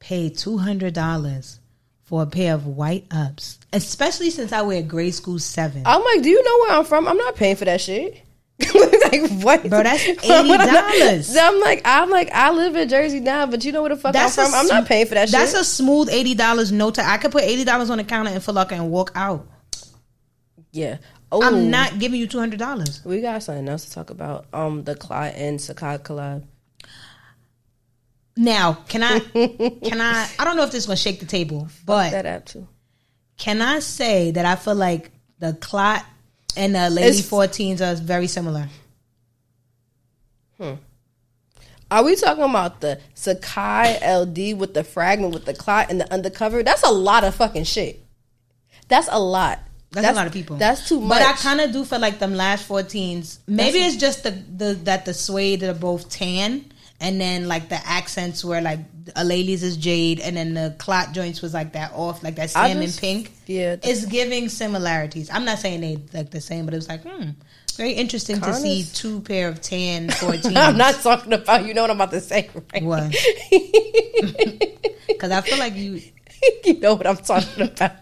Speaker 2: paid two hundred dollars for a pair of white ups, especially since I wear grade school seven,
Speaker 1: I'm like, do you know where I'm from? I'm not paying for that shit. like what,
Speaker 2: Bro, that's
Speaker 1: Why would I not-
Speaker 2: $80.
Speaker 1: So I'm like, I'm like, I live in Jersey now, but you know where the fuck I'm from. I'm
Speaker 2: sm-
Speaker 1: not paying for that
Speaker 2: That's
Speaker 1: shit.
Speaker 2: a smooth eighty dollars. No time. I could put eighty dollars on the counter and fill up and walk out.
Speaker 1: yeah. Oh,
Speaker 2: I'm not giving you two hundred dollars.
Speaker 1: We got something else to talk about. Um, the Clyde and Sakai collab.
Speaker 2: Now, can I? can I? I don't know if this is gonna shake the table, but
Speaker 1: That app too.
Speaker 2: can I say that I feel like the clot and the lady
Speaker 1: It's-
Speaker 2: fourteens are very similar.
Speaker 1: Are we talking about the Sakai LD with the fragment with the clot and the undercover? That's a lot of fucking shit. That's a lot.
Speaker 2: That's, a lot of people.
Speaker 1: That's too much.
Speaker 2: But I kind of do feel like them last 14s. Maybe it's just the, the that the suede are both tan, and then like the accents were like a lady's is jade, and then the clot joints was like that off, like that
Speaker 1: I
Speaker 2: salmon
Speaker 1: just-
Speaker 2: pink.
Speaker 1: Yeah, th-
Speaker 2: It's giving similarities. I'm not saying they like the same, but it was like hmm, very interesting to
Speaker 1: Kinda
Speaker 2: see
Speaker 1: s-
Speaker 2: two pair of tan 14s.
Speaker 1: I'm not talking about. You know what I'm about to say, right?
Speaker 2: What? because I feel like you.
Speaker 1: you know what I'm talking about.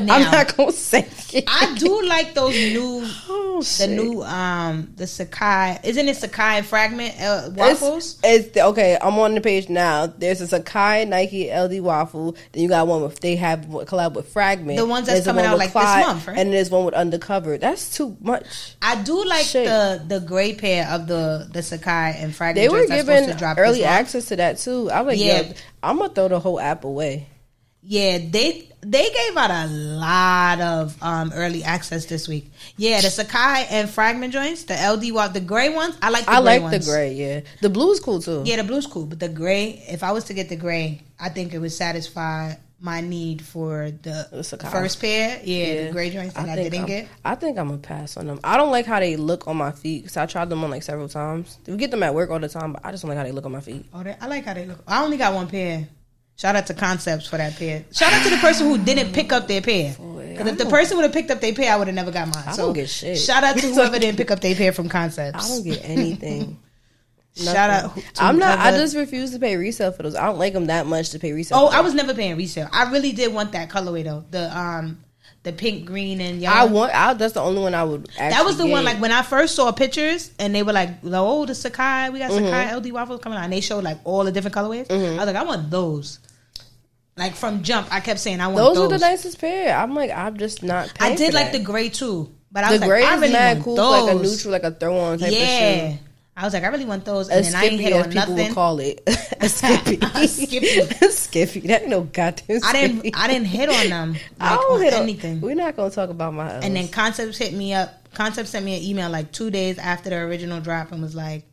Speaker 2: Now.
Speaker 1: I'm not gonna say it.
Speaker 2: I do like those new.
Speaker 1: oh,
Speaker 2: The
Speaker 1: shit.
Speaker 2: new um the Sakai isn't it Sakai fragment uh,
Speaker 1: It's-
Speaker 2: waffles?
Speaker 1: It's, the- okay. I'm on the page now. There's a Sakai Nike LD waffle. Then you got one with they have what collab with Fragment.
Speaker 2: The ones that's
Speaker 1: There's a
Speaker 2: coming
Speaker 1: one
Speaker 2: out,
Speaker 1: with
Speaker 2: like, this month, right?
Speaker 1: And there's one with Undercover. That's too much.
Speaker 2: I do like
Speaker 1: Shit.
Speaker 2: the the gray pair of the the Sakai and Fragment.
Speaker 1: They were
Speaker 2: joints that's
Speaker 1: given
Speaker 2: supposed to drop this
Speaker 1: early
Speaker 2: month.
Speaker 1: access to that too. I'm like,
Speaker 2: Yeah.
Speaker 1: yeah, I'm gonna throw the whole app away.
Speaker 2: Yeah, they they gave out a lot of um early access this week. Yeah, the Sakai and Fragment joints, the LD wa- the gray ones. I like the
Speaker 1: I
Speaker 2: gray
Speaker 1: like
Speaker 2: ones.
Speaker 1: the gray. Yeah, the blue's cool too.
Speaker 2: Yeah, the blue's cool, but the gray. If I was to get the gray, I think it would satisfy my need for the,
Speaker 1: The Sakai.
Speaker 2: first pair. Yeah,
Speaker 1: Yeah.
Speaker 2: the gray joints that I,
Speaker 1: think
Speaker 2: didn't
Speaker 1: I'm-
Speaker 2: get.
Speaker 1: I think I'm gonna pass on them. I don't like how they look on my feet because I tried them on like several times. We get them at work all the time, but I just don't like how they look on my feet.
Speaker 2: Oh, they, I like how they look. I only got one pair. Shout out to Concepts for that pair. Shout out to the person who didn't pick up their pair. Because if the person would have picked up their pair, I would have never got mine.
Speaker 1: I
Speaker 2: so
Speaker 1: don't get shit.
Speaker 2: Shout out to
Speaker 1: It's
Speaker 2: whoever didn't pick up their pair from
Speaker 1: I
Speaker 2: Concepts.
Speaker 1: don't get anything.
Speaker 2: Shout out.
Speaker 1: Nothing.
Speaker 2: to
Speaker 1: I'm not. I
Speaker 2: whoever-
Speaker 1: just refuse to pay resale for those. I don't like them that much to pay resale.
Speaker 2: Oh,
Speaker 1: for
Speaker 2: I
Speaker 1: them.
Speaker 2: was never paying resale. I really did want that colorway though. The um, the pink, green, and yellow.
Speaker 1: I want. I, that's the only one I would. Actually
Speaker 2: uh-huh. that was the one
Speaker 1: get.
Speaker 2: like when I first saw pictures and they were like, "Oh, the Sakai, we got
Speaker 1: Mm-hmm.
Speaker 2: Sakai LD waffles coming out," and they showed like all the different colorways. I was like, "I want those." Like from jump, I kept saying, "I want
Speaker 1: those,
Speaker 2: those."
Speaker 1: are the nicest pair. I'm like, I'm just not.
Speaker 2: I
Speaker 1: paying
Speaker 2: did
Speaker 1: for
Speaker 2: like
Speaker 1: that.
Speaker 2: the gray too, but I
Speaker 1: the
Speaker 2: was
Speaker 1: gray
Speaker 2: like, "I
Speaker 1: is
Speaker 2: really
Speaker 1: mad
Speaker 2: want
Speaker 1: cool,
Speaker 2: those."
Speaker 1: like a neutral, like a throw on type of
Speaker 2: yeah,
Speaker 1: shoe.
Speaker 2: I was like, "I really want those,"
Speaker 1: A
Speaker 2: and then I didn't
Speaker 1: skippy,
Speaker 2: hit
Speaker 1: as
Speaker 2: on
Speaker 1: people
Speaker 2: nothing.
Speaker 1: would call it. A skippy.
Speaker 2: A skippy.
Speaker 1: A skippy. That ain't no goddamn.
Speaker 2: I didn't.
Speaker 1: skippy.
Speaker 2: I didn't hit on them. Like,
Speaker 1: I don't
Speaker 2: on
Speaker 1: hit on-
Speaker 2: anything.
Speaker 1: We're not gonna talk about my.
Speaker 2: And then Concepts hit me up. Concept sent me an email like two days after the original drop and was like,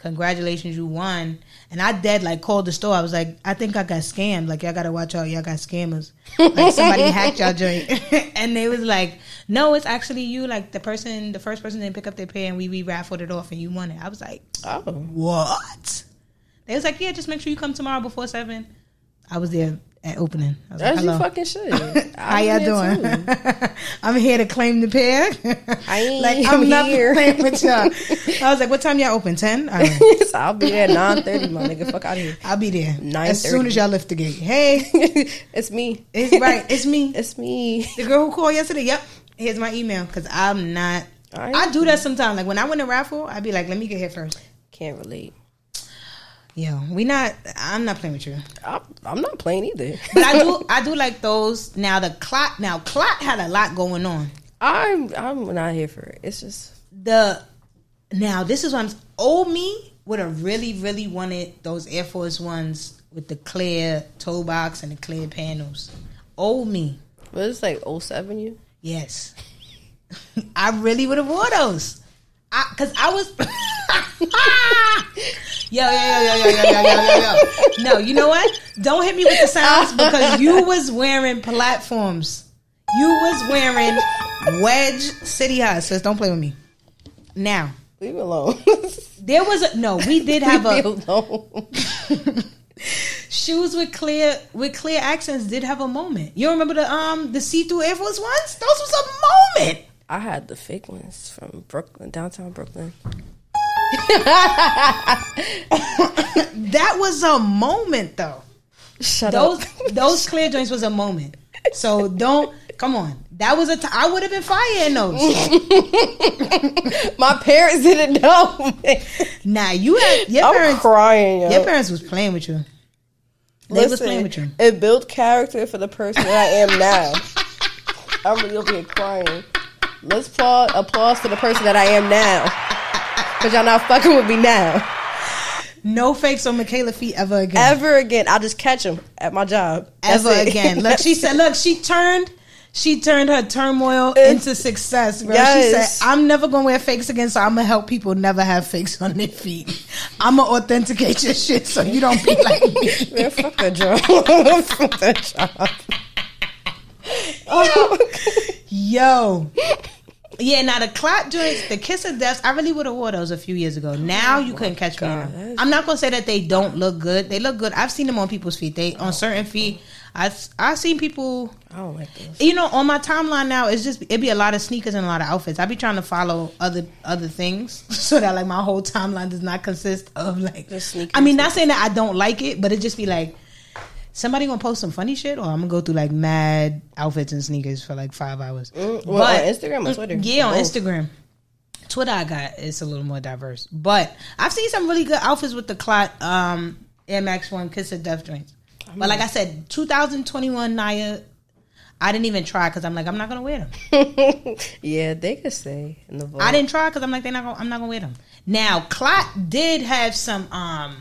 Speaker 2: "Congratulations, you won." And I dead like called the store. I was like, "I think I got scammed. Like y'all gotta watch out. Y'all got scammers. Like somebody hacked y'all joint." and they was like, "No, it's actually you. Like the person, the first person didn't pick up their pair, and we we raffled it off, and you won it." I was like,
Speaker 1: oh,
Speaker 2: "What?" They was like, "Yeah, just make sure you come tomorrow before seven. I was there at opening. I was
Speaker 1: that's
Speaker 2: like,
Speaker 1: you
Speaker 2: "Hello."
Speaker 1: fucking shit.
Speaker 2: How
Speaker 1: I'm
Speaker 2: y'all
Speaker 1: there too.
Speaker 2: doing? I'm here to claim the pair.
Speaker 1: I
Speaker 2: like
Speaker 1: am
Speaker 2: I'm not
Speaker 1: here.
Speaker 2: playing with y'all. I was like, "What time y'all open? Ten? All right,
Speaker 1: So I'll be there at nine thirty, my nigga. Fuck out of here.
Speaker 2: I'll be there as
Speaker 1: 9:30.
Speaker 2: soon as y'all lift the gate. Hey,
Speaker 1: it's me.
Speaker 2: it's right. It's me,
Speaker 1: It's me.
Speaker 2: the girl who called yesterday. Yep, here's my email because I'm not.
Speaker 1: I
Speaker 2: I do that sometimes. Like when I win a raffle, I'd be like, "Let me get here first.
Speaker 1: can't relate.
Speaker 2: Yo, we not. I'm not playing with you.
Speaker 1: I'm, I'm not playing either.
Speaker 2: But I do. I do like those. Now the clock. Now clock had a lot going on.
Speaker 1: I'm I'm not here for it. It's just
Speaker 2: the now this is what I'm old me would have really really wanted those Air Force ones with the clear toe box and the clear panels. Old me,
Speaker 1: but it's like 07 you.
Speaker 2: yes, I really would have wore those. I because I was. Yo, yo, yo, yo, yo, yo, yo, yo, yo, yo. No, you know what? Don't hit me with the sounds because you was wearing platforms. You was wearing wedge city high. So don't play with me. Now,
Speaker 1: Leave me alone.
Speaker 2: there was a no. We did have
Speaker 1: Leave
Speaker 2: a
Speaker 1: me alone.
Speaker 2: shoes with clear with clear accents. Did have a moment. You remember the um the see through Air Force ones? Those was a moment.
Speaker 1: I had the fake ones from Brooklyn, downtown Brooklyn.
Speaker 2: That was a moment though.
Speaker 1: Shut
Speaker 2: Those
Speaker 1: up.
Speaker 2: those clear joints was a moment. So don't come on. That was a t- I would have been firing those.
Speaker 1: My parents didn't know. man.
Speaker 2: Now you had your
Speaker 1: I'm
Speaker 2: parents.
Speaker 1: crying, yo.
Speaker 2: Your parents was playing with you. They was
Speaker 1: Listen,
Speaker 2: playing with you.
Speaker 1: It built character for the person that I am now. I'm really over here crying. Let's applaud, applause to the person that I am now. Because y'all not fucking with me now.
Speaker 2: No fakes on Michaela feet ever again.
Speaker 1: Ever again. I'll just catch them at my job. That's
Speaker 2: ever
Speaker 1: it.
Speaker 2: again. Look, she said, look, she turned she turned her turmoil into success, bro.
Speaker 1: Yes.
Speaker 2: She said, I'm never gonna wear fakes again, so I'm gonna help people never have fakes on their feet. I'm gonna authenticate your shit so you don't be like me.
Speaker 1: Man, fuck that job. fuck that job. Oh,
Speaker 2: Yo. Yeah, now the clock joints, the kiss of death, I really would have wore those a few years ago. Now you couldn't catch me. in
Speaker 1: Oh God,
Speaker 2: them.
Speaker 1: that's-
Speaker 2: I'm not gonna say that they don't look good. They look good. I've seen them on people's feet. They on certain feet. I I've seen people
Speaker 1: I don't like those.
Speaker 2: you know, on my timeline now, it's just it be a lot of sneakers and a lot of outfits. I be trying to follow other other things so that like my whole timeline does not consist of like
Speaker 1: Just sneakers.
Speaker 2: I mean, not saying that I don't like it, but it just be like somebody gonna post some funny shit, or I'm gonna go through like mad outfits and sneakers for like five hours.
Speaker 1: Mm, well,
Speaker 2: But-
Speaker 1: on Instagram or Twitter?
Speaker 2: Yeah, on
Speaker 1: Both.
Speaker 2: Instagram. Twitter I got it's a little more diverse. But I've seen some really good outfits with the clot um Air Max One Kiss of Death joints. But like I said, 2021 Naya, I didn't even try because I'm like I'm not gonna wear them.
Speaker 1: yeah, they could say in the vote.
Speaker 2: I didn't try because I'm like they're not gonna I'm not gonna wear them. Now Clot did have some um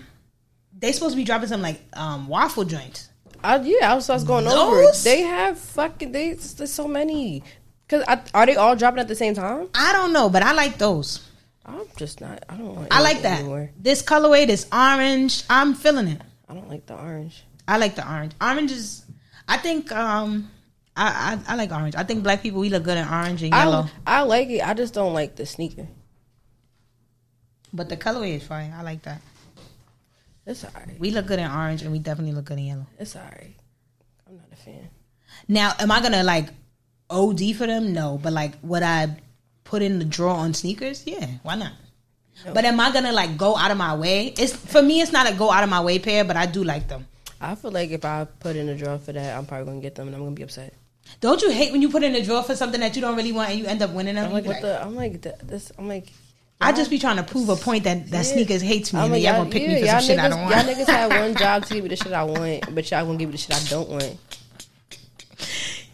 Speaker 2: they supposed to be dropping some like um waffle joints.
Speaker 1: I, yeah, I was, I was going over. it.
Speaker 2: Those?
Speaker 1: They have fucking. They, there's so many. Cause I, are they all dropping at the same time?
Speaker 2: I don't know, but I like those.
Speaker 1: I'm just not. I don't want.
Speaker 2: I
Speaker 1: any
Speaker 2: like that.
Speaker 1: anymore.
Speaker 2: This colorway, this orange, I'm feeling it.
Speaker 1: I don't like the orange.
Speaker 2: I like the orange. Orange is, I think, um, I, I I like orange. I think black people we look good in orange and yellow,
Speaker 1: I I like it. I just don't like the sneaker.
Speaker 2: but the colorway is fine. I like that.
Speaker 1: It's alright.
Speaker 2: We look good in orange, and we definitely look good in yellow.
Speaker 1: It's alright. I'm not a fan.
Speaker 2: Now, am I gonna like OD for them? No, but like, would I put in the draw on sneakers? Yeah, why not? But am I gonna like go out of my way? It's for me. It's not a go out of my way pair, but I do like them.
Speaker 1: I feel like if I put in a draw for that, I'm probably gonna get them, and I'm gonna be upset.
Speaker 2: Don't you hate when you put in a drawer for something that you don't really want and you end up winning them?
Speaker 1: I'm like, what the? I'm like, th- this. I'm like,
Speaker 2: I just be trying to prove a point that, that
Speaker 1: Yeah.
Speaker 2: sneakers hates me
Speaker 1: I'm
Speaker 2: and then
Speaker 1: like,
Speaker 2: y'all gonna pick me for some
Speaker 1: niggas,
Speaker 2: shit I don't
Speaker 1: y'all
Speaker 2: want.
Speaker 1: niggas had one job to give me the shit I want, but y'all gonna give me the shit I don't want.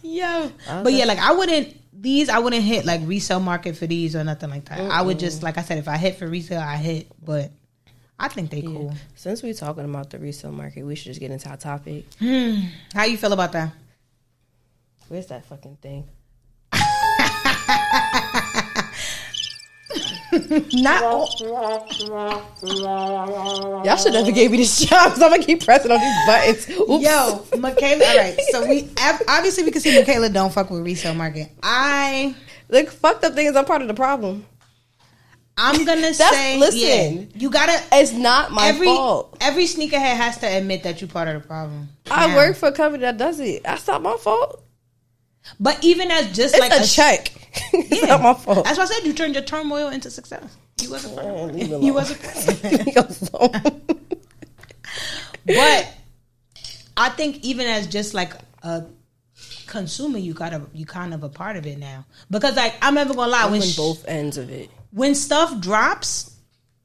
Speaker 2: Yeah. But yeah, like I wouldn't these I wouldn't hit like resale market for these or nothing like that. I would just like I said, if I hit for resale, I hit. But I think they cool.
Speaker 1: Since we talking about the resale market, we should just get into our topic.
Speaker 2: Hmm. How you feel about that?
Speaker 1: Where's that fucking thing?
Speaker 2: Not all,
Speaker 1: Y'all should never gave me this job. So I'm gonna keep pressing on these buttons. Oops.
Speaker 2: Yo, Michaela. All right, so we ab- obviously we can see Michaela don't fuck with resale market. I
Speaker 1: the fucked up thing is I'm part of the problem.
Speaker 2: I'm gonna
Speaker 1: That's-
Speaker 2: say
Speaker 1: listen.
Speaker 2: yeah, you gotta
Speaker 1: It's not my
Speaker 2: every
Speaker 1: fault.
Speaker 2: every sneakerhead has to admit that you part of the problem.
Speaker 1: I
Speaker 2: Now.
Speaker 1: work for a company that does it. That's not my fault.
Speaker 2: but even as just
Speaker 1: It's
Speaker 2: like
Speaker 1: a,
Speaker 2: a-
Speaker 1: check. it's
Speaker 2: Yeah.
Speaker 1: not my fault.
Speaker 2: That's why I said you turned your turmoil into success. You wasn't. part of it.
Speaker 1: Oh, leave me alone.
Speaker 2: You wasn't.
Speaker 1: Leave us alone.
Speaker 2: but I think even as just like a consumer, you gotta you kind of a part of it now because like I'm never gonna lie
Speaker 1: I'm
Speaker 2: when
Speaker 1: on
Speaker 2: sh-
Speaker 1: both ends of it.
Speaker 2: when stuff drops,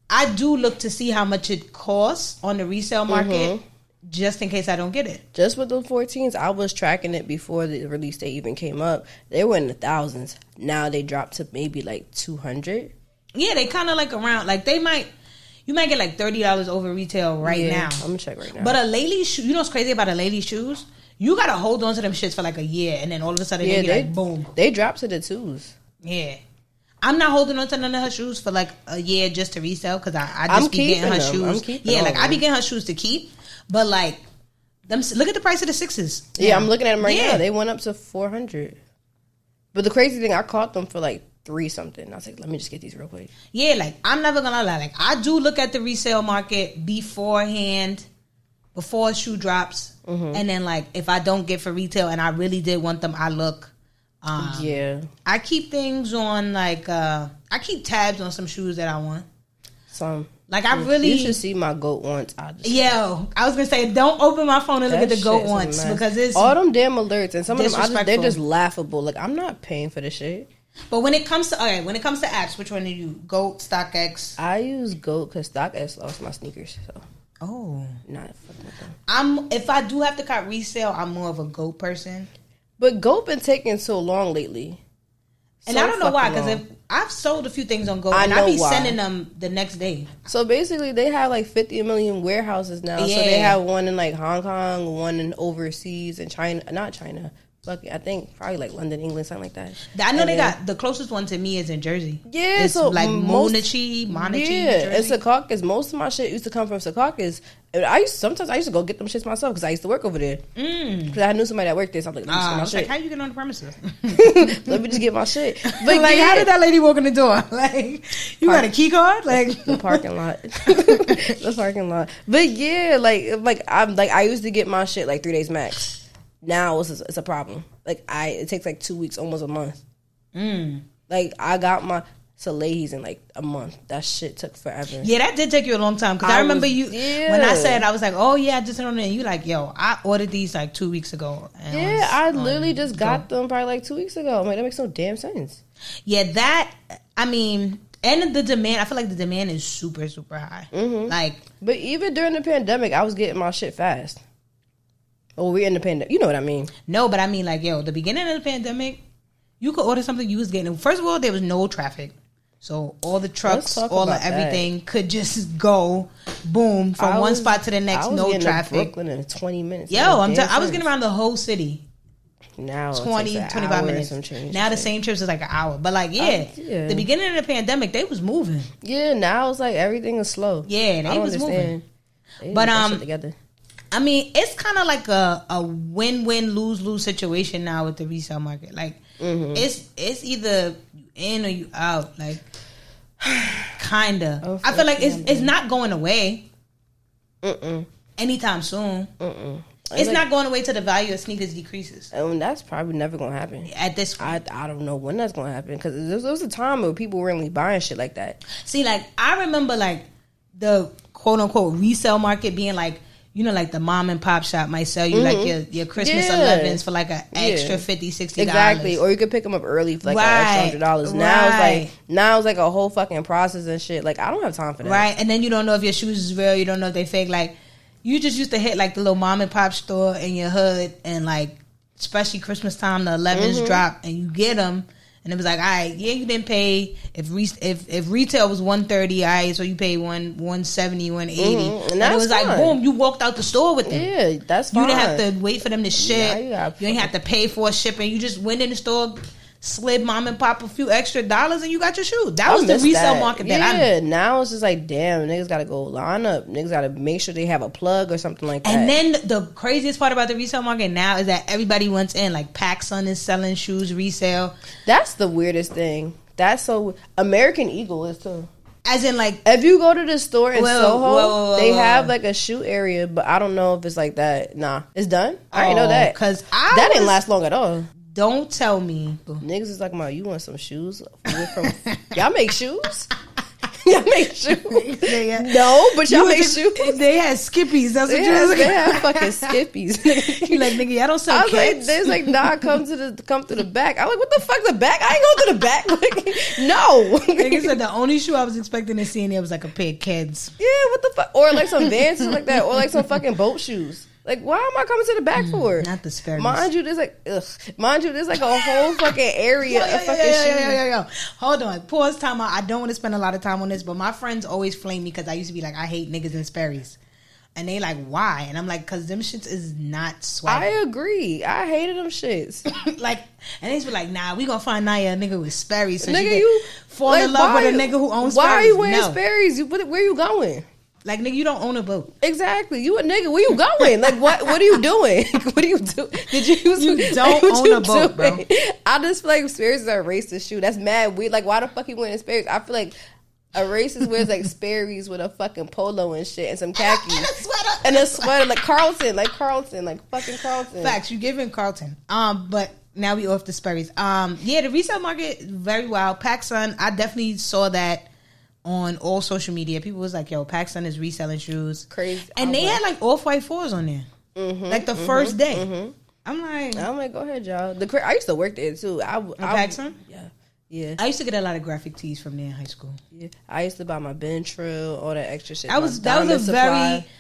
Speaker 2: I do look to see how much it costs on the resale market
Speaker 1: Mm-hmm.
Speaker 2: just in case I don't get it.
Speaker 1: Just with the 14s, I was tracking it before the release date even came up. They were in the thousands. Now they dropped to maybe like 200.
Speaker 2: Yeah, they kind of like around like they might you might get like thirty dollars over retail right
Speaker 1: Yeah,
Speaker 2: now.
Speaker 1: I'm gonna check right now.
Speaker 2: But a lady shoe, you know what's crazy about a lady shoes? You gotta hold on to them shits for like a year, and then all of a sudden
Speaker 1: yeah,
Speaker 2: they, be
Speaker 1: they
Speaker 2: like boom.
Speaker 1: They dropped to the twos.
Speaker 2: Yeah, I'm not holding on to none of her shoes for like a year just to resell because I, I just
Speaker 1: I'm
Speaker 2: be getting
Speaker 1: keeping
Speaker 2: her
Speaker 1: them.
Speaker 2: shoes.
Speaker 1: I'm keeping
Speaker 2: yeah,
Speaker 1: all
Speaker 2: like
Speaker 1: of
Speaker 2: I be
Speaker 1: them.
Speaker 2: getting her shoes to keep, but like them. Look at the price of the sixes.
Speaker 1: Yeah, I'm looking at them right
Speaker 2: Yeah.
Speaker 1: now. They went up to 400. But the crazy thing, I caught them for like three something. I was like, let me just get these real quick.
Speaker 2: Yeah, like I'm never gonna lie. Like I do look at the resale market beforehand, before a shoe drops,
Speaker 1: Mm-hmm.
Speaker 2: and then like if I don't get for retail and I really did want them, I look. Um,
Speaker 1: yeah.
Speaker 2: I keep things on like uh I keep tabs on some shoes that I want.
Speaker 1: Some.
Speaker 2: Like I
Speaker 1: You
Speaker 2: really
Speaker 1: should see my goat once. I just.
Speaker 2: Yo, I was gonna say don't open my phone and look at
Speaker 1: That
Speaker 2: the goat
Speaker 1: shit's a
Speaker 2: once
Speaker 1: mess.
Speaker 2: because it's
Speaker 1: all them damn alerts and some of them I just, they're
Speaker 2: disrespectful.
Speaker 1: just laughable. Like I'm not paying for this shit.
Speaker 2: but when it comes to all right, when it comes to apps, which one do you? Goat, StockX?
Speaker 1: I use Goat because StockX lost my sneakers, so
Speaker 2: Oh.
Speaker 1: not fucking with them.
Speaker 2: I'm if I do have to cut resale, I'm more of a goat person.
Speaker 1: But Goat been taking so long lately,
Speaker 2: And
Speaker 1: So
Speaker 2: I don't know why,
Speaker 1: fucking
Speaker 2: because if
Speaker 1: long.
Speaker 2: I've sold a few things on Go,
Speaker 1: I
Speaker 2: and I
Speaker 1: know
Speaker 2: be
Speaker 1: why.
Speaker 2: sending them the next day.
Speaker 1: so basically they have like 50 million warehouses now. So they
Speaker 2: Yeah.
Speaker 1: have one in like Hong Kong, one in overseas in China, not China. Fuck, I think probably like London, England, something like that.
Speaker 2: I know
Speaker 1: And
Speaker 2: they
Speaker 1: then-
Speaker 2: got the closest one to me is in Jersey.
Speaker 1: Yeah,
Speaker 2: it's
Speaker 1: so
Speaker 2: like
Speaker 1: most-
Speaker 2: Monachi, Monachi.
Speaker 1: Yeah,
Speaker 2: Jersey.
Speaker 1: it's Secaucus. Most of my shit used to come from Secaucus. And I used sometimes I used to go get them shits myself because I used to work over there.
Speaker 2: Mm.
Speaker 1: Because I knew somebody that worked there, so I'm like, let me
Speaker 2: Uh,
Speaker 1: just
Speaker 2: I was
Speaker 1: get
Speaker 2: like,
Speaker 1: my
Speaker 2: how you get on the premises?
Speaker 1: shit. let me just get my shit. But
Speaker 2: like,
Speaker 1: yeah.
Speaker 2: how did that lady walk in the door? Like, you got a key card? Like,
Speaker 1: the parking lot, the parking lot. But yeah, like like I'm like I used to get my shit like three days max. Now it's a, it's a problem. Like I it takes like two weeks, almost a month.
Speaker 2: Mm.
Speaker 1: Like I got my Salehis in like a month. That shit took forever.
Speaker 2: yeah, that did take you a long time because I,
Speaker 1: I
Speaker 2: remember
Speaker 1: was-
Speaker 2: you
Speaker 1: yeah.
Speaker 2: when I said I was like, oh yeah, I just don't know. And you like, yo, I ordered these like two weeks ago. And it was
Speaker 1: Yeah, I
Speaker 2: on
Speaker 1: literally just got them probably like two weeks ago. I'm like, that makes no damn sense.
Speaker 2: Yeah, that I mean, and the demand. I feel like the demand is super, super high. Like,
Speaker 1: But even during the pandemic, I was getting my shit fast. Oh, we're in the pandemic. You know what I mean?
Speaker 2: no, but I mean, like, yo, the beginning of the pandemic, you could order something you was getting. First of all, there was no traffic, so all the trucks,
Speaker 1: talk
Speaker 2: all of
Speaker 1: about that.
Speaker 2: everything could just go, boom, from
Speaker 1: I
Speaker 2: one
Speaker 1: was-
Speaker 2: spot to the
Speaker 1: I
Speaker 2: next,
Speaker 1: was
Speaker 2: no
Speaker 1: getting to
Speaker 2: traffic.
Speaker 1: Brooklyn in 20 minutes.
Speaker 2: Yo,
Speaker 1: No
Speaker 2: I'm t-
Speaker 1: damn
Speaker 2: I was
Speaker 1: sense.
Speaker 2: getting around the whole city.
Speaker 1: now
Speaker 2: 20, 25 minutes. Now the same trips is like an hour. But like, yeah,
Speaker 1: yeah.
Speaker 2: the beginning of the pandemic, they was moving.
Speaker 1: yeah now it's like everything is slow
Speaker 2: Yeah, they
Speaker 1: I don't
Speaker 2: was moving.
Speaker 1: understand. They
Speaker 2: But,
Speaker 1: need that
Speaker 2: um,
Speaker 1: shit together
Speaker 2: I mean, it's kind of like a, a win win lose lose situation now with the resale market. Like
Speaker 1: Mm-hmm.
Speaker 2: it's it's either you in or you out. Like
Speaker 1: Oh,
Speaker 2: kinda. I feel like it's it's not going away
Speaker 1: Mm-mm.
Speaker 2: anytime soon.
Speaker 1: Mm-mm.
Speaker 2: It's not going away till the value of sneakers decreases.
Speaker 1: and that's probably never gonna happen
Speaker 2: At this
Speaker 1: I, I don't know when that's gonna happen because there, was- there was a time where people were really buying shit like that
Speaker 2: See, like I remember like the quote unquote resale market being like you know, like the mom and pop shop might sell you like your, your Christmas
Speaker 1: Mm-hmm. Yeah.
Speaker 2: 11s for like an extra
Speaker 1: Yeah.
Speaker 2: 50 $60.
Speaker 1: Exactly, or you could pick them up early for like an extra
Speaker 2: Right.
Speaker 1: hundred dollars. Now it's
Speaker 2: Right.
Speaker 1: like now it's like a whole fucking process and shit. Like I don't have time for that.
Speaker 2: Right, and then you don't know if your shoes is real. You don't know if they fake. Like you just used to hit like the little mom and pop store in your hood, and like especially Christmas time, the 11s
Speaker 1: Mm-hmm.
Speaker 2: drop, and you get them, and it was like, all right, yeah, you didn't pay. If re- if if retail was one thirty, all right, so you paid one one seventy, one eighty,
Speaker 1: Mhm, and
Speaker 2: and it
Speaker 1: that's
Speaker 2: was like
Speaker 1: fine.
Speaker 2: boom, you walked out the store with them.
Speaker 1: Yeah, that's
Speaker 2: You
Speaker 1: fine.
Speaker 2: didn't have to wait for them to ship.
Speaker 1: you
Speaker 2: you,
Speaker 1: gotta-
Speaker 2: didn't have to pay for shipping. You just went in the store, slid mom and pop a few extra dollars, and you got your shoe. That
Speaker 1: I
Speaker 2: was the
Speaker 1: miss
Speaker 2: resale
Speaker 1: that.
Speaker 2: market that I
Speaker 1: yeah, now it's just like damn, niggas gotta go line up. Niggas gotta make sure they have a plug or something like that.
Speaker 2: And then the craziest part about the resale market now is that everybody wants in. Like PacSun is selling shoes resale,
Speaker 1: that's the weirdest thing. That's so American Eagle is too.
Speaker 2: as in like
Speaker 1: If you go to the store in
Speaker 2: Whoa,
Speaker 1: Soho,
Speaker 2: whoa, whoa, whoa,
Speaker 1: they
Speaker 2: whoa.
Speaker 1: have like a shoe area, but I don't know if it's like that. Nah, it's done. I already know that.
Speaker 2: because oh, I
Speaker 1: that didn't
Speaker 2: was-
Speaker 1: last long at all.
Speaker 2: Don't tell me.
Speaker 1: Niggas is talking about you want some shoes We're from y'all make shoes. y'all make shoes.
Speaker 2: Yeah.
Speaker 1: No, but y'all
Speaker 2: You were
Speaker 1: make
Speaker 2: just-
Speaker 1: shoes.
Speaker 2: They had skippies. That's what
Speaker 1: They
Speaker 2: you
Speaker 1: have,
Speaker 2: was
Speaker 1: they
Speaker 2: looking at.
Speaker 1: have fucking skippies.
Speaker 2: You like nigga? Y'all don't
Speaker 1: I
Speaker 2: sell
Speaker 1: was like,
Speaker 2: kids.
Speaker 1: they was like, nah, come to the come to the back. I'm like, what the fuck the back? I ain't going to the back. Like, no.
Speaker 2: Nigga said the only shoe I was expecting to see in there was like a pair of kids.
Speaker 1: Yeah, what the fuck? Or like some Vans or like that, or like some fucking boat shoes. Like, why am I coming to the back for?
Speaker 2: Mm, Not the spare.
Speaker 1: Mind you, there's like, ugh. mind you, there's like a whole fucking area
Speaker 2: yo,
Speaker 1: of
Speaker 2: yo,
Speaker 1: fucking
Speaker 2: yo, yo,
Speaker 1: shoes.
Speaker 2: yo, yo, yo. Hold on. Pause time out. I don't want to spend a lot of time on this, but my friends always flame me because I used to be like, I hate niggas and Sperry's. And they like, why? And I'm like, because them shits is not
Speaker 1: I
Speaker 2: swag.
Speaker 1: agree. I hated them shits.
Speaker 2: like, and they used to be like, nah, we going to find Naya a nigga with Sperry's. So she
Speaker 1: nigga,
Speaker 2: can
Speaker 1: you
Speaker 2: fall in love with a nigga who owns
Speaker 1: Why are
Speaker 2: Sperry's.
Speaker 1: you wearing
Speaker 2: no.
Speaker 1: Sperry's? You, what, where you going?
Speaker 2: Like, nigga, you don't own a boat.
Speaker 1: Exactly. You a nigga. Where you going? Like what? What are you doing? what do you do? Did you?
Speaker 2: You
Speaker 1: like,
Speaker 2: don't
Speaker 1: what
Speaker 2: own a boat, bro.
Speaker 1: doing? I just feel like Sperry's are a racist shoe. That's mad weird. Like why the fuck you wearing Sperry's? I feel like a racist wears like Sperry's with a fucking polo and shit and some khakis
Speaker 2: And a sweater.
Speaker 1: and a sweater like Carlton, like Carlton, like fucking Carlton.
Speaker 2: Facts, you give in Carlton. Um, but now we off the Sperry's. Um, yeah, the resale market very wild. PacSun, I definitely saw that on all social media. People was like, "Yo, PacSun is reselling shoes."
Speaker 1: Crazy.
Speaker 2: and
Speaker 1: I Mm-hmm,
Speaker 2: they
Speaker 1: went-
Speaker 2: had like off white fours on there, like the first day.
Speaker 1: mm-hmm.
Speaker 2: I'm like,
Speaker 1: I'm like, go ahead, y'all. The cra- I used to work there too. I, w- I w-
Speaker 2: PacSun?
Speaker 1: Yeah, yeah.
Speaker 2: I used to get a lot of graphic tees from there in high school.
Speaker 1: Yeah. I used to buy my Bentrill, all that extra shit.
Speaker 2: That
Speaker 1: my
Speaker 2: was that was a
Speaker 1: Diamond Supply.
Speaker 2: very.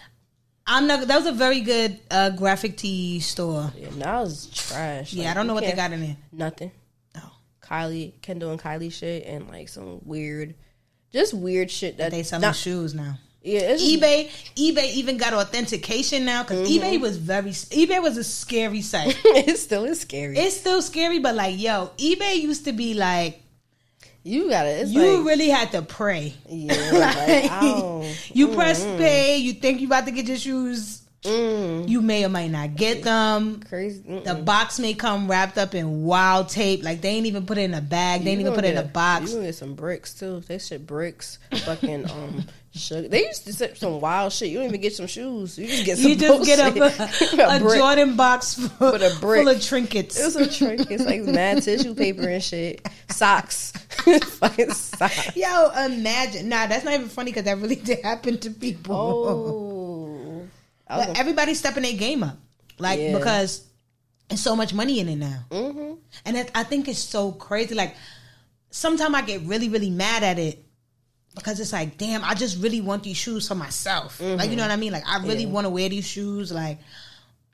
Speaker 2: I'm not. That was a very good uh, graphic tee store.
Speaker 1: Yeah, now it's trash.
Speaker 2: Yeah,
Speaker 1: Like,
Speaker 2: I don't know
Speaker 1: you
Speaker 2: what they
Speaker 1: can't-
Speaker 2: got in there.
Speaker 1: Nothing.
Speaker 2: Oh,
Speaker 1: Kylie, Kendall, and Kylie shit, and like some weird, just weird shit that
Speaker 2: they selling
Speaker 1: not-
Speaker 2: shoes now.
Speaker 1: Yeah, it's just-
Speaker 2: eBay, eBay even got authentication now because
Speaker 1: Mm-hmm.
Speaker 2: eBay was very eBay was a scary site.
Speaker 1: it still is scary.
Speaker 2: it's still scary, but like yo, eBay used to be like
Speaker 1: you gotta. It's
Speaker 2: you
Speaker 1: like,
Speaker 2: really had to pray.
Speaker 1: yeah,
Speaker 2: Like,
Speaker 1: like, oh, mm-hmm. I don't-
Speaker 2: you press pay, you think you about to get your shoes,
Speaker 1: mm,
Speaker 2: you may or may not get them.
Speaker 1: crazy. mm-mm.
Speaker 2: The box may come wrapped up in wild tape. Like they ain't even put it in a bag. They ain't
Speaker 1: You
Speaker 2: even
Speaker 1: gonna
Speaker 2: put it in
Speaker 1: get
Speaker 2: a box.
Speaker 1: You gonna get some bricks too. They shit bricks, fucking um, sugar. They used to set some wild shit. You don't even get some shoes. You just get some.
Speaker 2: You just get a,
Speaker 1: bullshit.
Speaker 2: a,
Speaker 1: brick.
Speaker 2: Jordan box full,
Speaker 1: With a brick.
Speaker 2: full of trinkets.
Speaker 1: It was a trick. It's like mad tissue paper and shit. Socks. fucking socks.
Speaker 2: Yo, imagine. Nah, that's not even funny because that really did happen to people.
Speaker 1: Oh. I was
Speaker 2: but everybody's stepping their game up. Like,
Speaker 1: Yeah.
Speaker 2: because there's so much money in it now.
Speaker 1: gonna- mhm.
Speaker 2: And it, I think it's so crazy. Like, sometimes I get really, really mad at it because it's like, damn, I just really want these shoes for myself.
Speaker 1: Mm-hmm.
Speaker 2: Like, you know what I mean? Like, I really want to wear these shoes. Like,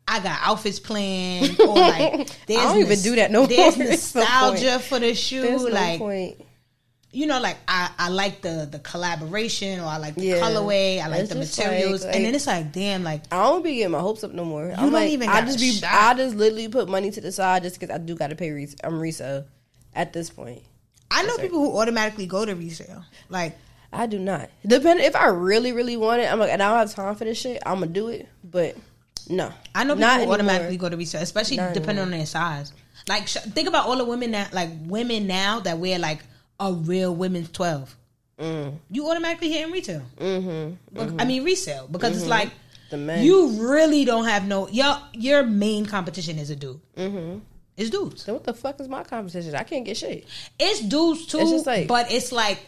Speaker 2: I got outfits planned. Or like, there's
Speaker 1: I don't even
Speaker 2: nos-
Speaker 1: do that no
Speaker 2: There's
Speaker 1: more. It's no
Speaker 2: nostalgia for the shoe.
Speaker 1: There's no
Speaker 2: like,
Speaker 1: point.
Speaker 2: you know, like I, I like the the collaboration or I like the
Speaker 1: Yeah.
Speaker 2: colorway, I like
Speaker 1: It's
Speaker 2: the
Speaker 1: just
Speaker 2: materials,
Speaker 1: like-
Speaker 2: and then it's like, damn, like
Speaker 1: I don't be getting my hopes up no more. I'm
Speaker 2: don't
Speaker 1: like,
Speaker 2: even
Speaker 1: I
Speaker 2: got
Speaker 1: just
Speaker 2: a
Speaker 1: be,
Speaker 2: shot.
Speaker 1: I just literally put money to the side just because I do got to pay. Re- I'm resale at this point.
Speaker 2: I know people who automatically go to resale, like
Speaker 1: I do not. Depending if I really, really want it, I'm like, and I don't have time for this shit. I'm gonna do it, but no,
Speaker 2: I know people
Speaker 1: Not
Speaker 2: who
Speaker 1: anymore.
Speaker 2: automatically go to resale, especially
Speaker 1: Not
Speaker 2: depending on their size. Like sh- think about all the women that like women now that wear like a real women's twelve.
Speaker 1: Mm.
Speaker 2: You automatically hit in retail. Mm-hmm, I mean resale because
Speaker 1: Mm-hmm.
Speaker 2: it's like
Speaker 1: The men.
Speaker 2: you really don't have no your your main competition is a dude. Mm-hmm. It's dudes.
Speaker 1: So what the fuck is my competition? I can't get shit.
Speaker 2: It's dudes too,
Speaker 1: It's just like-
Speaker 2: but it's like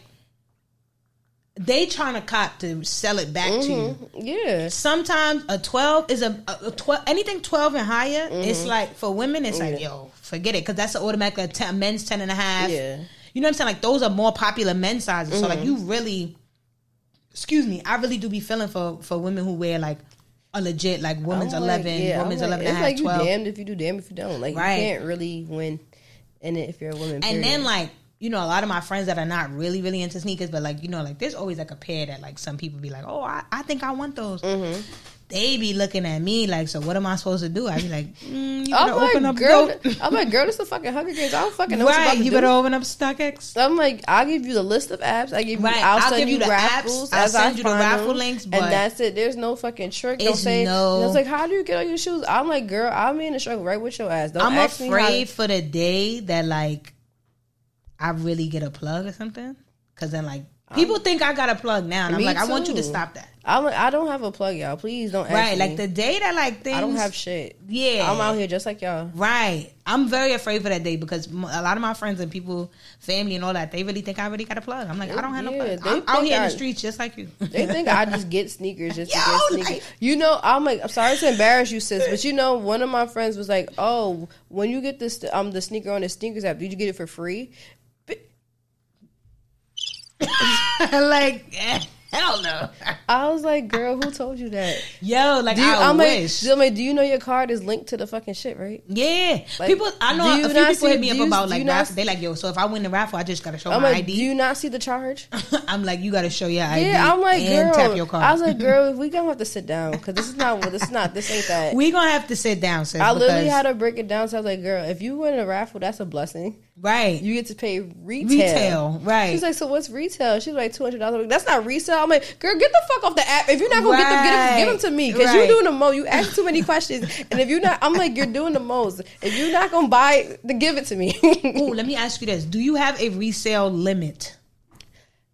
Speaker 2: they trying to cop to sell it back to
Speaker 1: Mm-hmm.
Speaker 2: you.
Speaker 1: Yeah.
Speaker 2: Sometimes a twelve is a, a, a twelve. Anything twelve and higher, it's like for women, it's like
Speaker 1: Mm-hmm. Yeah.
Speaker 2: yo, forget it, because that's an automatic like, 10, men's ten and a half.
Speaker 1: Yeah. Mm-hmm.
Speaker 2: You know what I'm saying? Like those are more popular men's sizes. So like you really, excuse me, I really do be feeling for for women who wear like a legit like woman's
Speaker 1: I'm like,
Speaker 2: eleven,
Speaker 1: yeah, I'm
Speaker 2: woman's
Speaker 1: like,
Speaker 2: eleven and a
Speaker 1: It's
Speaker 2: half,
Speaker 1: like
Speaker 2: twelve.
Speaker 1: you damned if you do, damned if you don't. Like
Speaker 2: Right.
Speaker 1: you can't really win in it if you're a woman.
Speaker 2: And then like you know, a lot of my friends that are not really really into sneakers, but like you know, like there's always like a pair that like some people be like, oh, I, I think I want those.
Speaker 1: Mm-hmm.
Speaker 2: They be looking at me like, so what am I supposed to do? I be like, mm, you
Speaker 1: I'm
Speaker 2: better
Speaker 1: like,
Speaker 2: open up,
Speaker 1: girl,
Speaker 2: dope.
Speaker 1: I'm like, girl, this is the fucking Hunger Games. I don't fucking know what you're
Speaker 2: right?
Speaker 1: about to
Speaker 2: You
Speaker 1: do.
Speaker 2: better open up StockX.
Speaker 1: So I'm like, I'll give you the list of apps. I give you,
Speaker 2: Right,
Speaker 1: I'll,
Speaker 2: I'll
Speaker 1: send
Speaker 2: give
Speaker 1: you,
Speaker 2: you the apps,
Speaker 1: raffles.
Speaker 2: I'll
Speaker 1: as
Speaker 2: send
Speaker 1: I
Speaker 2: you the
Speaker 1: find
Speaker 2: raffle
Speaker 1: them,
Speaker 2: links, but
Speaker 1: and that's it. There's no fucking trick. Don't
Speaker 2: it's
Speaker 1: say.
Speaker 2: no-
Speaker 1: No. It's like, how do you get on your shoes? I'm like, girl, I'm in the struggle right with your ass. Don't
Speaker 2: I'm
Speaker 1: ask me how.
Speaker 2: afraid for the day that like I really get a plug or something, because then like people think I got a plug now, and I'm
Speaker 1: Me
Speaker 2: like, I want you to
Speaker 1: too.
Speaker 2: stop that.
Speaker 1: I'm like, I don't have a plug, y'all. Please don't ask
Speaker 2: Right,
Speaker 1: me.
Speaker 2: like the day that like things
Speaker 1: I don't have shit.
Speaker 2: Yeah,
Speaker 1: I'm out here just like y'all.
Speaker 2: Right. I'm very afraid for that day because m- a lot of my friends and people, family and all that, they really think I already got a plug. I'm like, I don't have
Speaker 1: Yeah,
Speaker 2: no
Speaker 1: they
Speaker 2: plug. I'm out
Speaker 1: think
Speaker 2: here in
Speaker 1: I-
Speaker 2: the streets just like you.
Speaker 1: They think I just get sneakers just to
Speaker 2: Yo,
Speaker 1: get sneakers.
Speaker 2: like-
Speaker 1: you know, I'm like, I'm sorry to embarrass you, sis, but you know, one of my friends was like, "Oh, when you get this, um, the sneaker on the sneakers app, did you get it for free?" But
Speaker 2: like, eh, hell no.
Speaker 1: I was like, "Girl, who told you that?"
Speaker 2: Yo, like,
Speaker 1: Do you,
Speaker 2: I
Speaker 1: I'm like,
Speaker 2: wish.
Speaker 1: do, I'm like, do you know your card is linked to the fucking shit, right?
Speaker 2: yeah.
Speaker 1: Like,
Speaker 2: people, I
Speaker 1: do
Speaker 2: know
Speaker 1: you
Speaker 2: a few
Speaker 1: not
Speaker 2: people hit
Speaker 1: see-
Speaker 2: me
Speaker 1: do
Speaker 2: up
Speaker 1: you-
Speaker 2: about
Speaker 1: do
Speaker 2: like
Speaker 1: you not
Speaker 2: raffle. They like, yo, so if I win the raffle, I just got to show
Speaker 1: I'm
Speaker 2: my
Speaker 1: like, do
Speaker 2: ID.
Speaker 1: you not see the charge?
Speaker 2: I'm like, you got to show your ID.
Speaker 1: Yeah, I'm like,
Speaker 2: and
Speaker 1: girl.
Speaker 2: tap your card.
Speaker 1: I was like, girl, we gonna have to sit down because this is not what this is not. This ain't that.
Speaker 2: we going to have to sit down, sis.
Speaker 1: I literally
Speaker 2: because-
Speaker 1: had to break it down. So I was like, girl, if you win a raffle, that's a blessing.
Speaker 2: Right.
Speaker 1: You get to pay retail.
Speaker 2: Retail, right.
Speaker 1: She's like, so what's retail? She's like, two hundred dollars. That's not resale. I'm like, girl, get the fuck off the app. If you're not gonna get them,
Speaker 2: Right.
Speaker 1: get them, give them to me because
Speaker 2: Right.
Speaker 1: you're doing the most. You ask too many questions, and if you're not, I'm like, you're doing the most. If you're not gonna buy, it, then give it to me.
Speaker 2: Ooh, let me ask you this. Do you have a resale limit?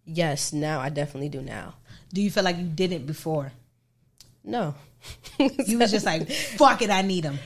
Speaker 1: yes, now I definitely do now.
Speaker 2: Do you feel like you didn't before?
Speaker 1: No,
Speaker 2: You was just like, fuck it, I need them.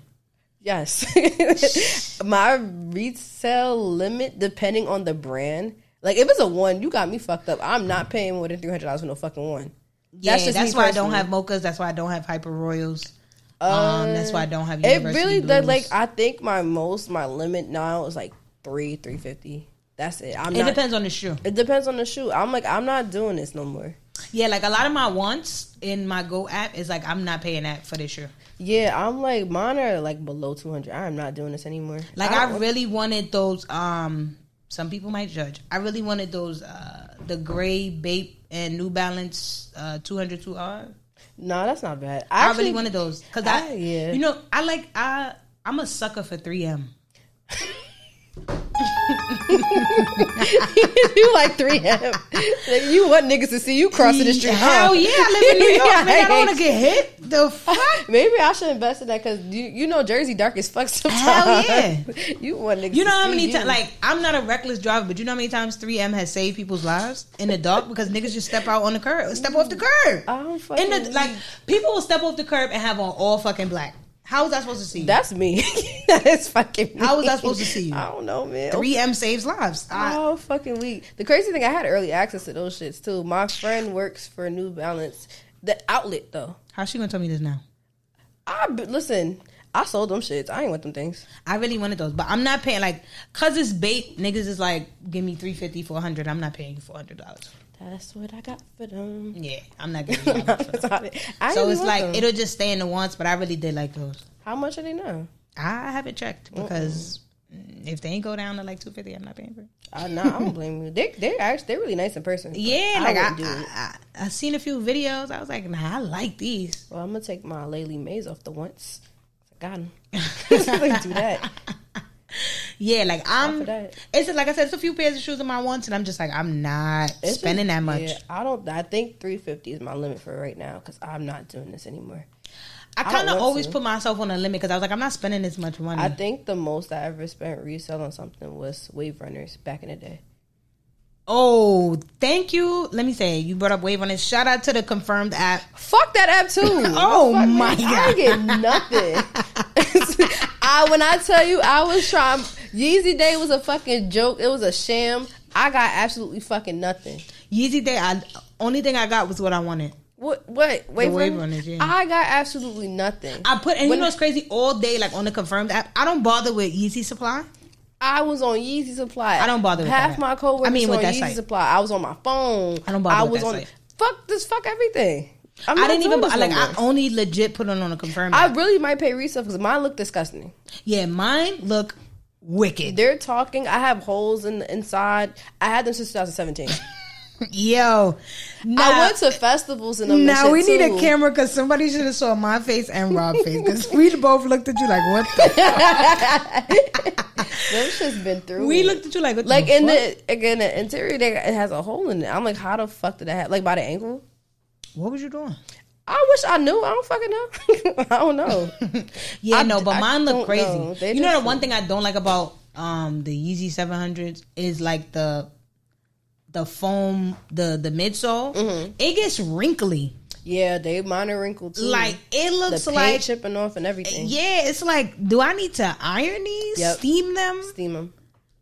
Speaker 1: yes. My resale limit, depending on the brand, like if it's a one, you got me fucked up. I'm not paying more than three hundred dollars for no fucking one.
Speaker 2: Yeah, that's,
Speaker 1: just me
Speaker 2: why I
Speaker 1: personally.
Speaker 2: don't have mochas. That's why I don't have hyper royals. um, that's why I don't have.
Speaker 1: Uh, It
Speaker 2: University
Speaker 1: really does.
Speaker 2: Blues.
Speaker 1: Like I think my most my limit now is like three three fifty. That's it. I'm
Speaker 2: it
Speaker 1: not.
Speaker 2: depends on the shoe.
Speaker 1: It depends on the shoe. I'm like I'm not doing this no more.
Speaker 2: Yeah, like a lot of my wants in my Go app is like I'm not paying that for this shoe.
Speaker 1: Yeah, I'm like mine are like below two hundred. I am not doing this anymore.
Speaker 2: Like I,
Speaker 1: don't-
Speaker 2: really wanted those. Um, some people might judge. I really wanted those. Uh, the gray Bape and New Balance uh 202R.
Speaker 1: no, that's not bad.
Speaker 2: I
Speaker 1: I,
Speaker 2: really wanted those because I,
Speaker 1: I- yeah.
Speaker 2: you know, I like I. I'm a sucker for 3M.
Speaker 1: you like three M. like, you want niggas to see you crossing the street? huh?
Speaker 2: Hell yeah, I live in New York. Man, I
Speaker 1: Right.
Speaker 2: don't want to get hit. The fuck.
Speaker 1: Maybe I should invest in that because you you know Jersey dark as fuck sometimes.
Speaker 2: Hell yeah.
Speaker 1: you want niggas.
Speaker 2: You know
Speaker 1: to
Speaker 2: how
Speaker 1: see
Speaker 2: many
Speaker 1: you.
Speaker 2: times? Like, I'm not a reckless driver, but you know how many times 3M has saved people's lives in the dark because niggas just step out on the curb, step off the curb.
Speaker 1: I don't
Speaker 2: in
Speaker 1: fucking.
Speaker 2: the like, people will step off the curb and have on all fucking black. How was I supposed to see you?
Speaker 1: That's me. that is fucking. Me.
Speaker 2: How was I supposed to see you?
Speaker 1: I don't know, man.
Speaker 2: 3M saves lives. I,
Speaker 1: Oh fucking weak. The crazy thing, I had early access to those shits too. My friend works for New Balance, the outlet though.
Speaker 2: how she gonna tell me this now?
Speaker 1: I b- listen. I sold them shits. I ain't want them things.
Speaker 2: I really wanted those, but I'm not paying like cause it's bait. Niggas is like, give me 350 for 100. I'm not paying you 400 dollars.
Speaker 1: That's what I got for them.
Speaker 2: Yeah, I'm not giving you that much for them.
Speaker 1: I
Speaker 2: So
Speaker 1: really
Speaker 2: it's
Speaker 1: want
Speaker 2: like
Speaker 1: them.
Speaker 2: it'll just stay in the wants, but I really did like those.
Speaker 1: how much are they now?
Speaker 2: I haven't checked because if they ain't go down to like two fifty, I'm not paying for it.
Speaker 1: I Uh, nah, I don't blame you. They they actually they're really nice in person. but
Speaker 2: Yeah, like I,
Speaker 1: wouldn't
Speaker 2: I, I, I seen a few videos. I was like, nah, I like these.
Speaker 1: Well, I'm gonna take my Laylee Mays off the once. I got him. do that.
Speaker 2: Yeah, like I'm.
Speaker 1: for that.
Speaker 2: It's like I said, it's a few pairs of shoes of my wants, and I'm just like, I'm not
Speaker 1: It's
Speaker 2: spending
Speaker 1: just-
Speaker 2: that much.
Speaker 1: yeah, I don't. I think 350 is my limit for right now because I'm not doing this anymore.
Speaker 2: I
Speaker 1: don't
Speaker 2: kind of
Speaker 1: want
Speaker 2: always
Speaker 1: to.
Speaker 2: put myself on a limit because I was like, I'm not spending this much money.
Speaker 1: I think the most I ever spent resale on something was Wave Runners back in the day.
Speaker 2: oh, thank you. Let me say, you brought up Wave on it. Shout out to the confirmed app.
Speaker 1: Fuck that app too.
Speaker 2: Oh,
Speaker 1: Fuck
Speaker 2: my
Speaker 1: me. I get nothing. I when I tell you I was trying Yeezy Day was a fucking joke. It was a sham. I got absolutely fucking nothing.
Speaker 2: Yeezy Day, I Only thing I got was what I wanted.
Speaker 1: What? What? Wave,
Speaker 2: wave
Speaker 1: run-
Speaker 2: runners, yeah.
Speaker 1: I got absolutely nothing. I,
Speaker 2: I put and
Speaker 1: When-
Speaker 2: you know what's crazy? All day, like on the confirmed app, I don't bother with Yeezy Supply.
Speaker 1: was on Yeezy Supply.
Speaker 2: I don't bother with
Speaker 1: half
Speaker 2: that.
Speaker 1: my coworkers.
Speaker 2: I mean, with
Speaker 1: on
Speaker 2: that
Speaker 1: Yeezy
Speaker 2: site.
Speaker 1: Supply. I was on my phone.
Speaker 2: I don't bother
Speaker 1: I
Speaker 2: with
Speaker 1: was
Speaker 2: that
Speaker 1: on.
Speaker 2: site.
Speaker 1: Fuck this. Fuck everything. I'm
Speaker 2: I
Speaker 1: not
Speaker 2: didn't even
Speaker 1: doing this
Speaker 2: like.
Speaker 1: no
Speaker 2: I
Speaker 1: more.
Speaker 2: only legit put it on a confirmed.
Speaker 1: I
Speaker 2: app.
Speaker 1: really might pay resale because mine look disgusting.
Speaker 2: Yeah, mine look wicked.
Speaker 1: They're talking. I have holes in the inside. I had them since 2017.
Speaker 2: Yo,
Speaker 1: I
Speaker 2: now,
Speaker 1: went to festivals and them. and
Speaker 2: now
Speaker 1: shit
Speaker 2: we need
Speaker 1: too.
Speaker 2: a camera because somebody should have saw my face and Rob's face because we both looked at you like what the.
Speaker 1: Them shit's been through.
Speaker 2: We
Speaker 1: it.
Speaker 2: looked at you like what
Speaker 1: like in
Speaker 2: fuck?
Speaker 1: the again the interior. They, it has a hole in it. I'm like, how the fuck did that happen? Like by the ankle.
Speaker 2: What was you doing?
Speaker 1: I wish I knew. I don't fucking know. I don't know.
Speaker 2: Yeah,
Speaker 1: I-
Speaker 2: no, but
Speaker 1: I
Speaker 2: mine
Speaker 1: don't
Speaker 2: look crazy.
Speaker 1: know. They
Speaker 2: you know
Speaker 1: just-
Speaker 2: the one thing I don't like about um the Yeezy 700s is like the the foam the the midsole. It gets wrinkly.
Speaker 1: yeah, they minor wrinkle too.
Speaker 2: Like it
Speaker 1: the
Speaker 2: looks
Speaker 1: paint
Speaker 2: like
Speaker 1: chipping off and everything.
Speaker 2: yeah, it's like do I need to iron these?
Speaker 1: Yep.
Speaker 2: Steam them?
Speaker 1: Steam 'em.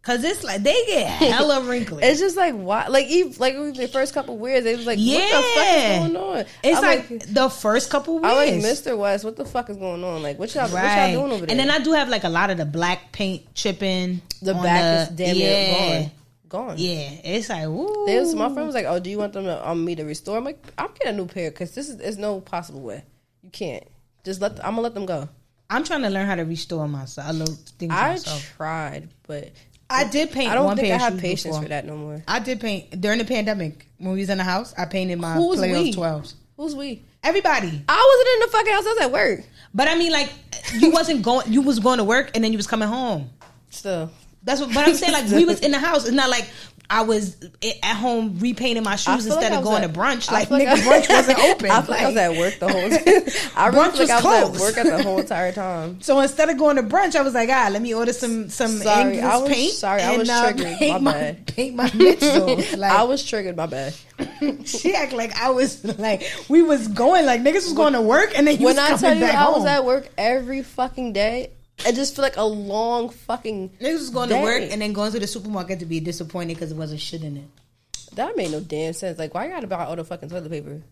Speaker 2: Cuz it's like they get hella wrinkly.
Speaker 1: It's just like why, like even like the first couple weirds, they was like, what the fuck
Speaker 2: Yeah.
Speaker 1: is going on?
Speaker 2: It's
Speaker 1: I'm
Speaker 2: like, the first couple weeks.
Speaker 1: I like Mr. West. What the fuck is going on? Like, what y'all, what
Speaker 2: Right.
Speaker 1: y'all doing over there?
Speaker 2: And then I do have like a lot of the black paint chipping.
Speaker 1: the
Speaker 2: on
Speaker 1: back is damn
Speaker 2: yeah.
Speaker 1: near gone. Gone.
Speaker 2: Yeah, it's like ooh.
Speaker 1: They was, my friend was like, "Oh, do you want them to, um, me to restore?" I'm like, "I'm getting a new pair because this is there's no possible way. You can't just let. I'm gonna let them go.
Speaker 2: I'm trying to learn how to restore myself. I love things
Speaker 1: I
Speaker 2: I myself.
Speaker 1: tried, but
Speaker 2: I did paint.
Speaker 1: I don't
Speaker 2: one
Speaker 1: think
Speaker 2: pair
Speaker 1: I have
Speaker 2: of shoes
Speaker 1: patience
Speaker 2: before.
Speaker 1: for that no more.
Speaker 2: I did paint during the pandemic when we was in the house. I painted my
Speaker 1: Who was
Speaker 2: playoff
Speaker 1: we?
Speaker 2: twelves.
Speaker 1: Who's we?
Speaker 2: Everybody,
Speaker 1: I wasn't in the fucking house. I was at work.
Speaker 2: but I mean, like you wasn't going. You was going to work and then you was coming home.
Speaker 1: So
Speaker 2: That's what. But I'm saying, like we was in the house. It's not like I was i- at home repainting my
Speaker 1: I
Speaker 2: shoes
Speaker 1: feel
Speaker 2: instead
Speaker 1: like I
Speaker 2: of
Speaker 1: was
Speaker 2: going
Speaker 1: at-
Speaker 2: to brunch.
Speaker 1: I
Speaker 2: Like
Speaker 1: feel
Speaker 2: nigga,
Speaker 1: like I-
Speaker 2: brunch wasn't open.
Speaker 1: I feel like I was at work the whole. I really
Speaker 2: Brunch
Speaker 1: feel like
Speaker 2: was
Speaker 1: I was at
Speaker 2: closed.
Speaker 1: work at the whole entire time.
Speaker 2: So instead of going to brunch, I was like, ah, let me order some some
Speaker 1: Sorry,
Speaker 2: English
Speaker 1: I was-
Speaker 2: paint. uh,
Speaker 1: sorry, I was triggered. My
Speaker 2: Paint my,
Speaker 1: bad.
Speaker 2: paint my midsole. Like,
Speaker 1: I was triggered. My bad.
Speaker 2: she act like I was like we was going like niggas was going to work and then you
Speaker 1: when
Speaker 2: was
Speaker 1: I
Speaker 2: coming
Speaker 1: tell you
Speaker 2: back
Speaker 1: I
Speaker 2: home.
Speaker 1: was at work every fucking day, I just feel like a long fucking.
Speaker 2: niggas was going
Speaker 1: day.
Speaker 2: to work and then going to the supermarket to be disappointed because it wasn't shit in it.
Speaker 1: That made no damn sense. Like, why you gotta buy all the fucking toilet paper?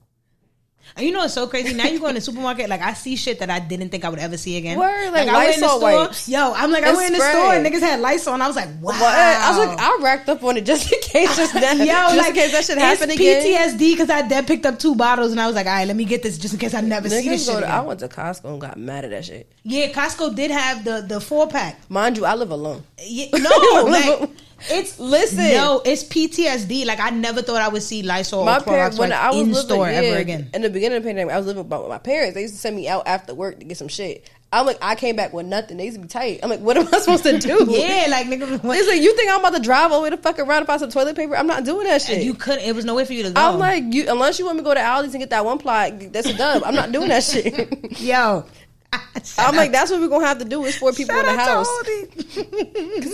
Speaker 2: And you know what's so crazy? Now you go in the supermarket, like I see shit that I didn't think I would ever see again.
Speaker 1: Word, like
Speaker 2: I went in the
Speaker 1: Lysol
Speaker 2: store,
Speaker 1: wipes.
Speaker 2: yo, I'm like
Speaker 1: And
Speaker 2: I went in the
Speaker 1: spray.
Speaker 2: store and niggas had lights on. I was like, wow.
Speaker 1: Well, I was like, I racked up on it just in case, just, that,
Speaker 2: Yo,
Speaker 1: just
Speaker 2: like
Speaker 1: in case that should happen
Speaker 2: it's
Speaker 1: again.
Speaker 2: PTSD because I dead picked up two bottles and I was like, all right, let me get this just in case I never see this
Speaker 1: Niggas
Speaker 2: shit.
Speaker 1: go to,
Speaker 2: again.
Speaker 1: I went to Costco and got mad at that shit.
Speaker 2: Yeah, Costco did have the the four pack.
Speaker 1: Mind you, I live alone.
Speaker 2: Yeah, no, like it's
Speaker 1: Listen.
Speaker 2: No, it's PTSD. Like I never thought I would see Lysol
Speaker 1: My
Speaker 2: or Oh, Clorox
Speaker 1: parents, when
Speaker 2: like,
Speaker 1: I was
Speaker 2: in
Speaker 1: living
Speaker 2: store
Speaker 1: yeah,
Speaker 2: ever again.
Speaker 1: In the beginning of the pandemic, I was living with my- with my parents. They used to send me out after work to get some shit. I'm like, I came back with nothing. They used to be tight. I'm like, what am I supposed to do?
Speaker 2: Yeah, like nigga,
Speaker 1: It's
Speaker 2: when,
Speaker 1: like you think I'm about to drive all the way to fucking round and find some toilet paper? I'm not doing that shit.
Speaker 2: you couldn't. It was no way for you to go.
Speaker 1: I'm like, you unless you want me to go to Aldi's and get that one plot, that's a dub. I'm not doing that shit.
Speaker 2: yo.
Speaker 1: I'm like, that's what we're gonna have to do is four people in the house.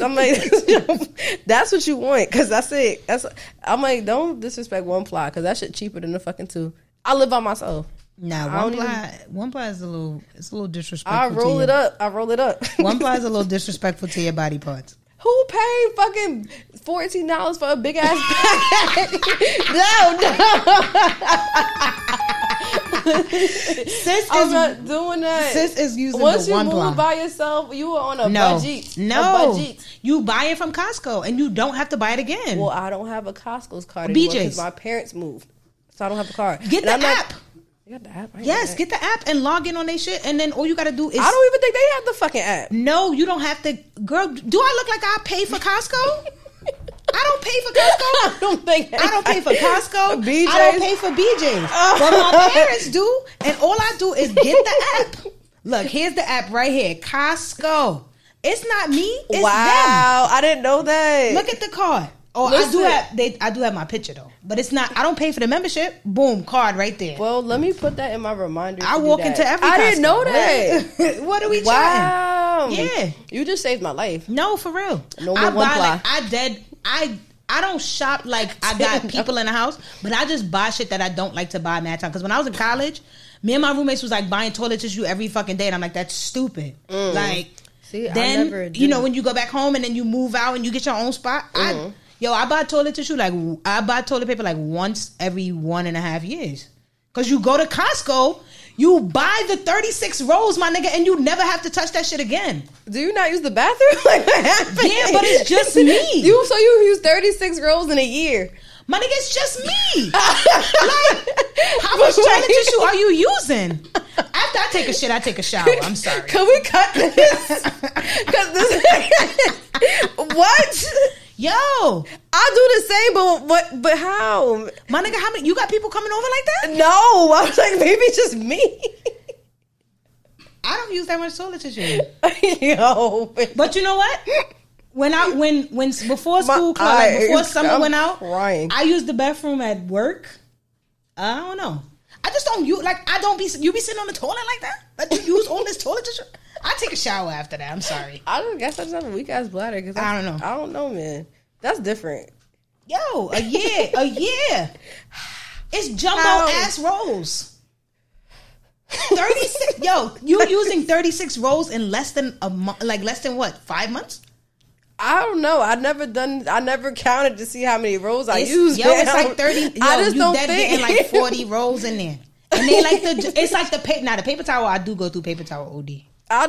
Speaker 1: i I'm like, that's what you want because that's it. That's I'm like, don't disrespect one plot because that shit cheaper than the fucking two. I live by myself. I
Speaker 2: Nah,
Speaker 1: don't
Speaker 2: one ply, one ply is a little, it's a little disrespectful.
Speaker 1: I roll
Speaker 2: to
Speaker 1: it
Speaker 2: your-
Speaker 1: up. I roll it up.
Speaker 2: One ply is a little disrespectful to your body parts.
Speaker 1: Who paid fucking fourteen dollars for a big ass bag? no, no,
Speaker 2: Sis is,
Speaker 1: I'm not doing that.
Speaker 2: sis is using
Speaker 1: Once
Speaker 2: the
Speaker 1: you
Speaker 2: one
Speaker 1: move
Speaker 2: ply.
Speaker 1: by yourself, you are on a
Speaker 2: no,
Speaker 1: budget.
Speaker 2: no,
Speaker 1: a budget.
Speaker 2: you buy it from Costco and you don't have to buy it again.
Speaker 1: Well, I don't have a Costco's card
Speaker 2: Or
Speaker 1: anymore
Speaker 2: BJ's.
Speaker 1: because my parents moved, so I don't have a card.
Speaker 2: Get
Speaker 1: And
Speaker 2: the
Speaker 1: I'm not-
Speaker 2: app.
Speaker 1: You got the app. I ain't
Speaker 2: Yes,
Speaker 1: got
Speaker 2: get the app and log in on their shit, and then all you gotta do is.
Speaker 1: that. I don't even think they have the fucking app.
Speaker 2: no, you don't have to. Girl, do I look like I pay for Costco? I don't pay for Costco.
Speaker 1: I don't think.
Speaker 2: I don't pay for Costco.
Speaker 1: BJ's.
Speaker 2: I don't pay for BJ's.
Speaker 1: Oh.
Speaker 2: But my parents do, and all I do is get the app. Look, here's the app right here, Costco. It's not me. It's them.
Speaker 1: wow, I didn't know that.
Speaker 2: Look at the card. Oh, I do
Speaker 1: Listen.
Speaker 2: have. They, I do have my picture though, but it's not. I don't pay for the membership. Boom, card right there.
Speaker 1: well, let me put that in my reminder.
Speaker 2: I
Speaker 1: to do
Speaker 2: walk
Speaker 1: that.
Speaker 2: into every.
Speaker 1: I didn't
Speaker 2: Costco.
Speaker 1: know that.
Speaker 2: What, what are we trying?
Speaker 1: wow.
Speaker 2: Yeah.
Speaker 1: You just saved my life.
Speaker 2: No, for real.
Speaker 1: No
Speaker 2: I
Speaker 1: more one
Speaker 2: buy
Speaker 1: ply.
Speaker 2: like I dead. I I don't shop like I got people in the house, but I just buy shit that I don't like to buy mad time. Because when I was in college, me and my roommates was like buying toilet tissue every fucking day, and I'm like, that's stupid. Like
Speaker 1: Mm. See, I
Speaker 2: then
Speaker 1: never
Speaker 2: you know
Speaker 1: did. Mm-hmm.
Speaker 2: when you go back home and then you move out and you get your own spot. I Yo, I buy toilet tissue like I buy toilet paper like once every one and a half years. Cause you go to Costco, you buy the thirty six rolls, my nigga, and you never have to touch that shit again.
Speaker 1: Do you not use the bathroom? Like what happened?
Speaker 2: Yeah, but it's just me.
Speaker 1: you so you use thirty six rolls in a year.
Speaker 2: My nigga, it's just me. like, how much toilet tissue are you using? After I take a shit, I take a shower. Oh, I'm sorry.
Speaker 1: Can we cut this? Because this what?
Speaker 2: Yo,
Speaker 1: I do the same, but but but how?
Speaker 2: my nigga, how many? You got people coming over like that?
Speaker 1: No, I was like maybe it's just me.
Speaker 2: I don't use that much toilet tissue.
Speaker 1: Yo,
Speaker 2: But you know what? When I when when before
Speaker 1: My
Speaker 2: school closed, like, before
Speaker 1: eyes,
Speaker 2: summer
Speaker 1: I'm
Speaker 2: went out,
Speaker 1: crying.
Speaker 2: I used the bathroom at work. I don't know. I just don't you like I don't be you be sitting on the toilet like that. Like you use all this toilet tissue. I take a shower after that. I'm sorry.
Speaker 1: I don't guess I just have a weak ass bladder because
Speaker 2: I don't know.
Speaker 1: I don't know, man. That's different.
Speaker 2: Yo, a year, a year. It's jumbo
Speaker 1: How?
Speaker 2: ass rolls. 36 yo you using 36 rolls in less than a month like less than what five months
Speaker 1: I don't know. I never done. I never counted to see how many rolls I
Speaker 2: It's-
Speaker 1: used.
Speaker 2: Yo, it's
Speaker 1: man.
Speaker 2: like thirty. Yo,
Speaker 1: I just
Speaker 2: you
Speaker 1: don't
Speaker 2: dead
Speaker 1: think.
Speaker 2: getting like forty rolls in there, and they like the. It's like the paper. Now the paper towel, I do go through paper towel OD because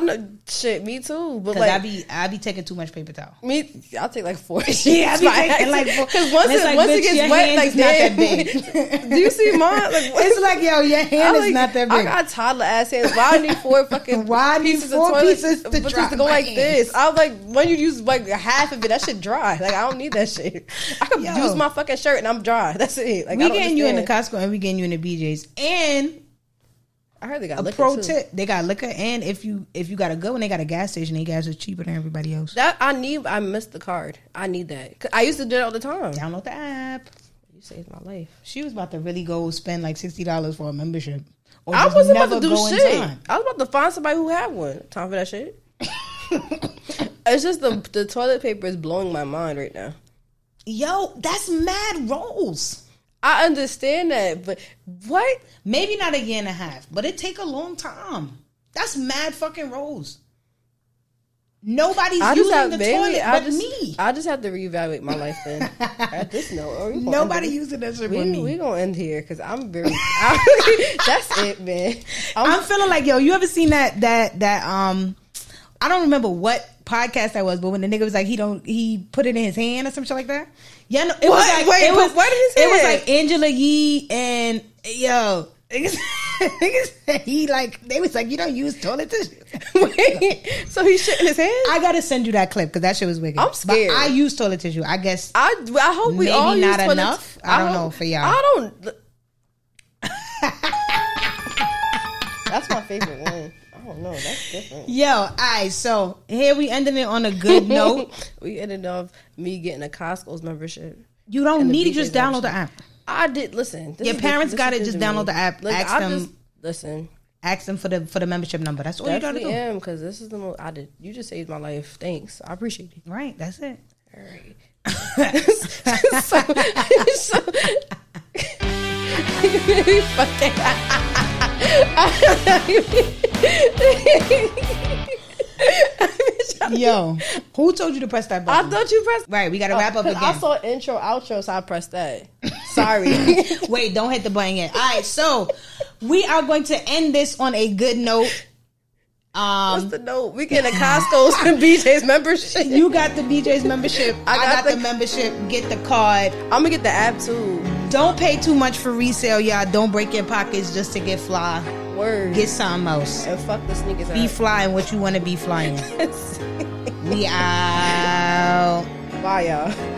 Speaker 1: I know. Shit, me too. But
Speaker 2: I
Speaker 1: like.
Speaker 2: be I be taking too much paper towel.
Speaker 1: me, I'll take like four.
Speaker 2: Yeah, I be taking like four-
Speaker 1: because once
Speaker 2: and it's
Speaker 1: it
Speaker 2: like,
Speaker 1: once
Speaker 2: bitch,
Speaker 1: it
Speaker 2: your
Speaker 1: gets wet,
Speaker 2: hand
Speaker 1: like
Speaker 2: is not that
Speaker 1: damn. Do you see mine? Like,
Speaker 2: It's like yo, your
Speaker 1: I
Speaker 2: hand is
Speaker 1: like-
Speaker 2: not that
Speaker 1: I
Speaker 2: big.
Speaker 1: got toddler ass hands. Why I need four fucking
Speaker 2: Why I need
Speaker 1: pieces
Speaker 2: four
Speaker 1: of toilet
Speaker 2: pieces to
Speaker 1: but just
Speaker 2: dry
Speaker 1: to go
Speaker 2: my
Speaker 1: like
Speaker 2: hands?
Speaker 1: this? I was like, when you use like half of it, that shit dry. Like I don't need that shit. I could
Speaker 2: Yo.
Speaker 1: use my fucking shirt and I'm dry. That's it. Like I
Speaker 2: we
Speaker 1: don't
Speaker 2: getting you in the
Speaker 1: understand.
Speaker 2: Costco and we getting you in the BJ's. And
Speaker 1: I heard they got
Speaker 2: a
Speaker 1: liquor,
Speaker 2: pro
Speaker 1: too.
Speaker 2: tip, they got liquor. And if you if you got to go and they got a gas station, they guys are cheaper than everybody else.
Speaker 1: That I need. I missed the card. I need that. 'Cause I used to do it all the time.
Speaker 2: Download the app.
Speaker 1: You saved my life.
Speaker 2: She was about to really go spend like sixty dollars for a membership. Or
Speaker 1: I
Speaker 2: just
Speaker 1: wasn't about to
Speaker 2: never
Speaker 1: do
Speaker 2: go in
Speaker 1: shit.
Speaker 2: time.
Speaker 1: I was about to find somebody who had one. Time for that shit. it's just the the toilet paper is blowing my mind right now.
Speaker 2: Yo, that's mad rolls.
Speaker 1: I understand that, but what?
Speaker 2: Maybe not a year and a half, but it take a long time. That's mad fucking rolls. Nobody's
Speaker 1: I just
Speaker 2: using
Speaker 1: have
Speaker 2: the
Speaker 1: baby.
Speaker 2: toilet
Speaker 1: I
Speaker 2: but
Speaker 1: just,
Speaker 2: me.
Speaker 1: I just have to reevaluate my life then. At this note, or we gonna
Speaker 2: Nobody
Speaker 1: end it.
Speaker 2: using that shit but
Speaker 1: We
Speaker 2: me.
Speaker 1: we gonna end here because I'm very. I, that's it, man. I'm,
Speaker 2: I'm feeling like yo. You ever seen that that that um? I don't remember what podcast that was, but when the nigga was like he don't he put it in his hand or some shit like that. Yeah, no, it was
Speaker 1: What?
Speaker 2: like
Speaker 1: Wait,
Speaker 2: it
Speaker 1: put
Speaker 2: was
Speaker 1: what in his
Speaker 2: it was
Speaker 1: hand?
Speaker 2: like Angela Yee and yo. niggas- niggas said he like they was like you don't use toilet tissue.
Speaker 1: wait, so he's shitting his hand.
Speaker 2: I gotta send you that clip because that shit was wicked.
Speaker 1: I'm
Speaker 2: But
Speaker 1: scared.
Speaker 2: I use toilet tissue. I guess
Speaker 1: I, I hope we
Speaker 2: Maybe
Speaker 1: all
Speaker 2: not
Speaker 1: use toilet-
Speaker 2: enough? I don't
Speaker 1: hope-
Speaker 2: know for y'all.
Speaker 1: I don't. That's my favorite one. I don't know. That's different.
Speaker 2: yo. All right, so here we ending it on a good note.
Speaker 1: we ended up me getting a Costco's membership.
Speaker 2: You don't
Speaker 1: And the
Speaker 2: need to just
Speaker 1: BJ's
Speaker 2: download the app.
Speaker 1: I did listen. this
Speaker 2: Your
Speaker 1: is
Speaker 2: parents
Speaker 1: this
Speaker 2: got
Speaker 1: is
Speaker 2: it, just
Speaker 1: new to me.
Speaker 2: download the app,
Speaker 1: Look,
Speaker 2: ask
Speaker 1: I
Speaker 2: them-
Speaker 1: just listen.
Speaker 2: Ask them for the for the membership number. That's all you gotta
Speaker 1: Definitely
Speaker 2: do.
Speaker 1: am because this is the most I did. You just saved my life. Thanks, I appreciate it.
Speaker 2: Right, that's it.
Speaker 1: All right. so, so, fucking.
Speaker 2: Yo, who told you to press that
Speaker 1: I
Speaker 2: button?
Speaker 1: thought you pressed. Oh,
Speaker 2: right, we gotta wrap up
Speaker 1: 'Cause
Speaker 2: again.
Speaker 1: I saw intro, outro, so I pressed that. Sorry.
Speaker 2: Wait, don't hit the button yet. All right, so we are going to end this on a good note.
Speaker 1: What's
Speaker 2: Um,
Speaker 1: the note? We getting a Costco's and BJ's membership.
Speaker 2: you got the BJ's membership. I got,
Speaker 1: got
Speaker 2: the,
Speaker 1: the-
Speaker 2: membership. Get the card.
Speaker 1: I'm gonna get the app too.
Speaker 2: Don't pay too much for resale, y'all. Don't break your pockets just to get fly.
Speaker 1: Word.
Speaker 2: Get something else.
Speaker 1: and fuck the sneakers.
Speaker 2: Be
Speaker 1: out.
Speaker 2: flying what you want to be flying. We out.
Speaker 1: Bye, y'all.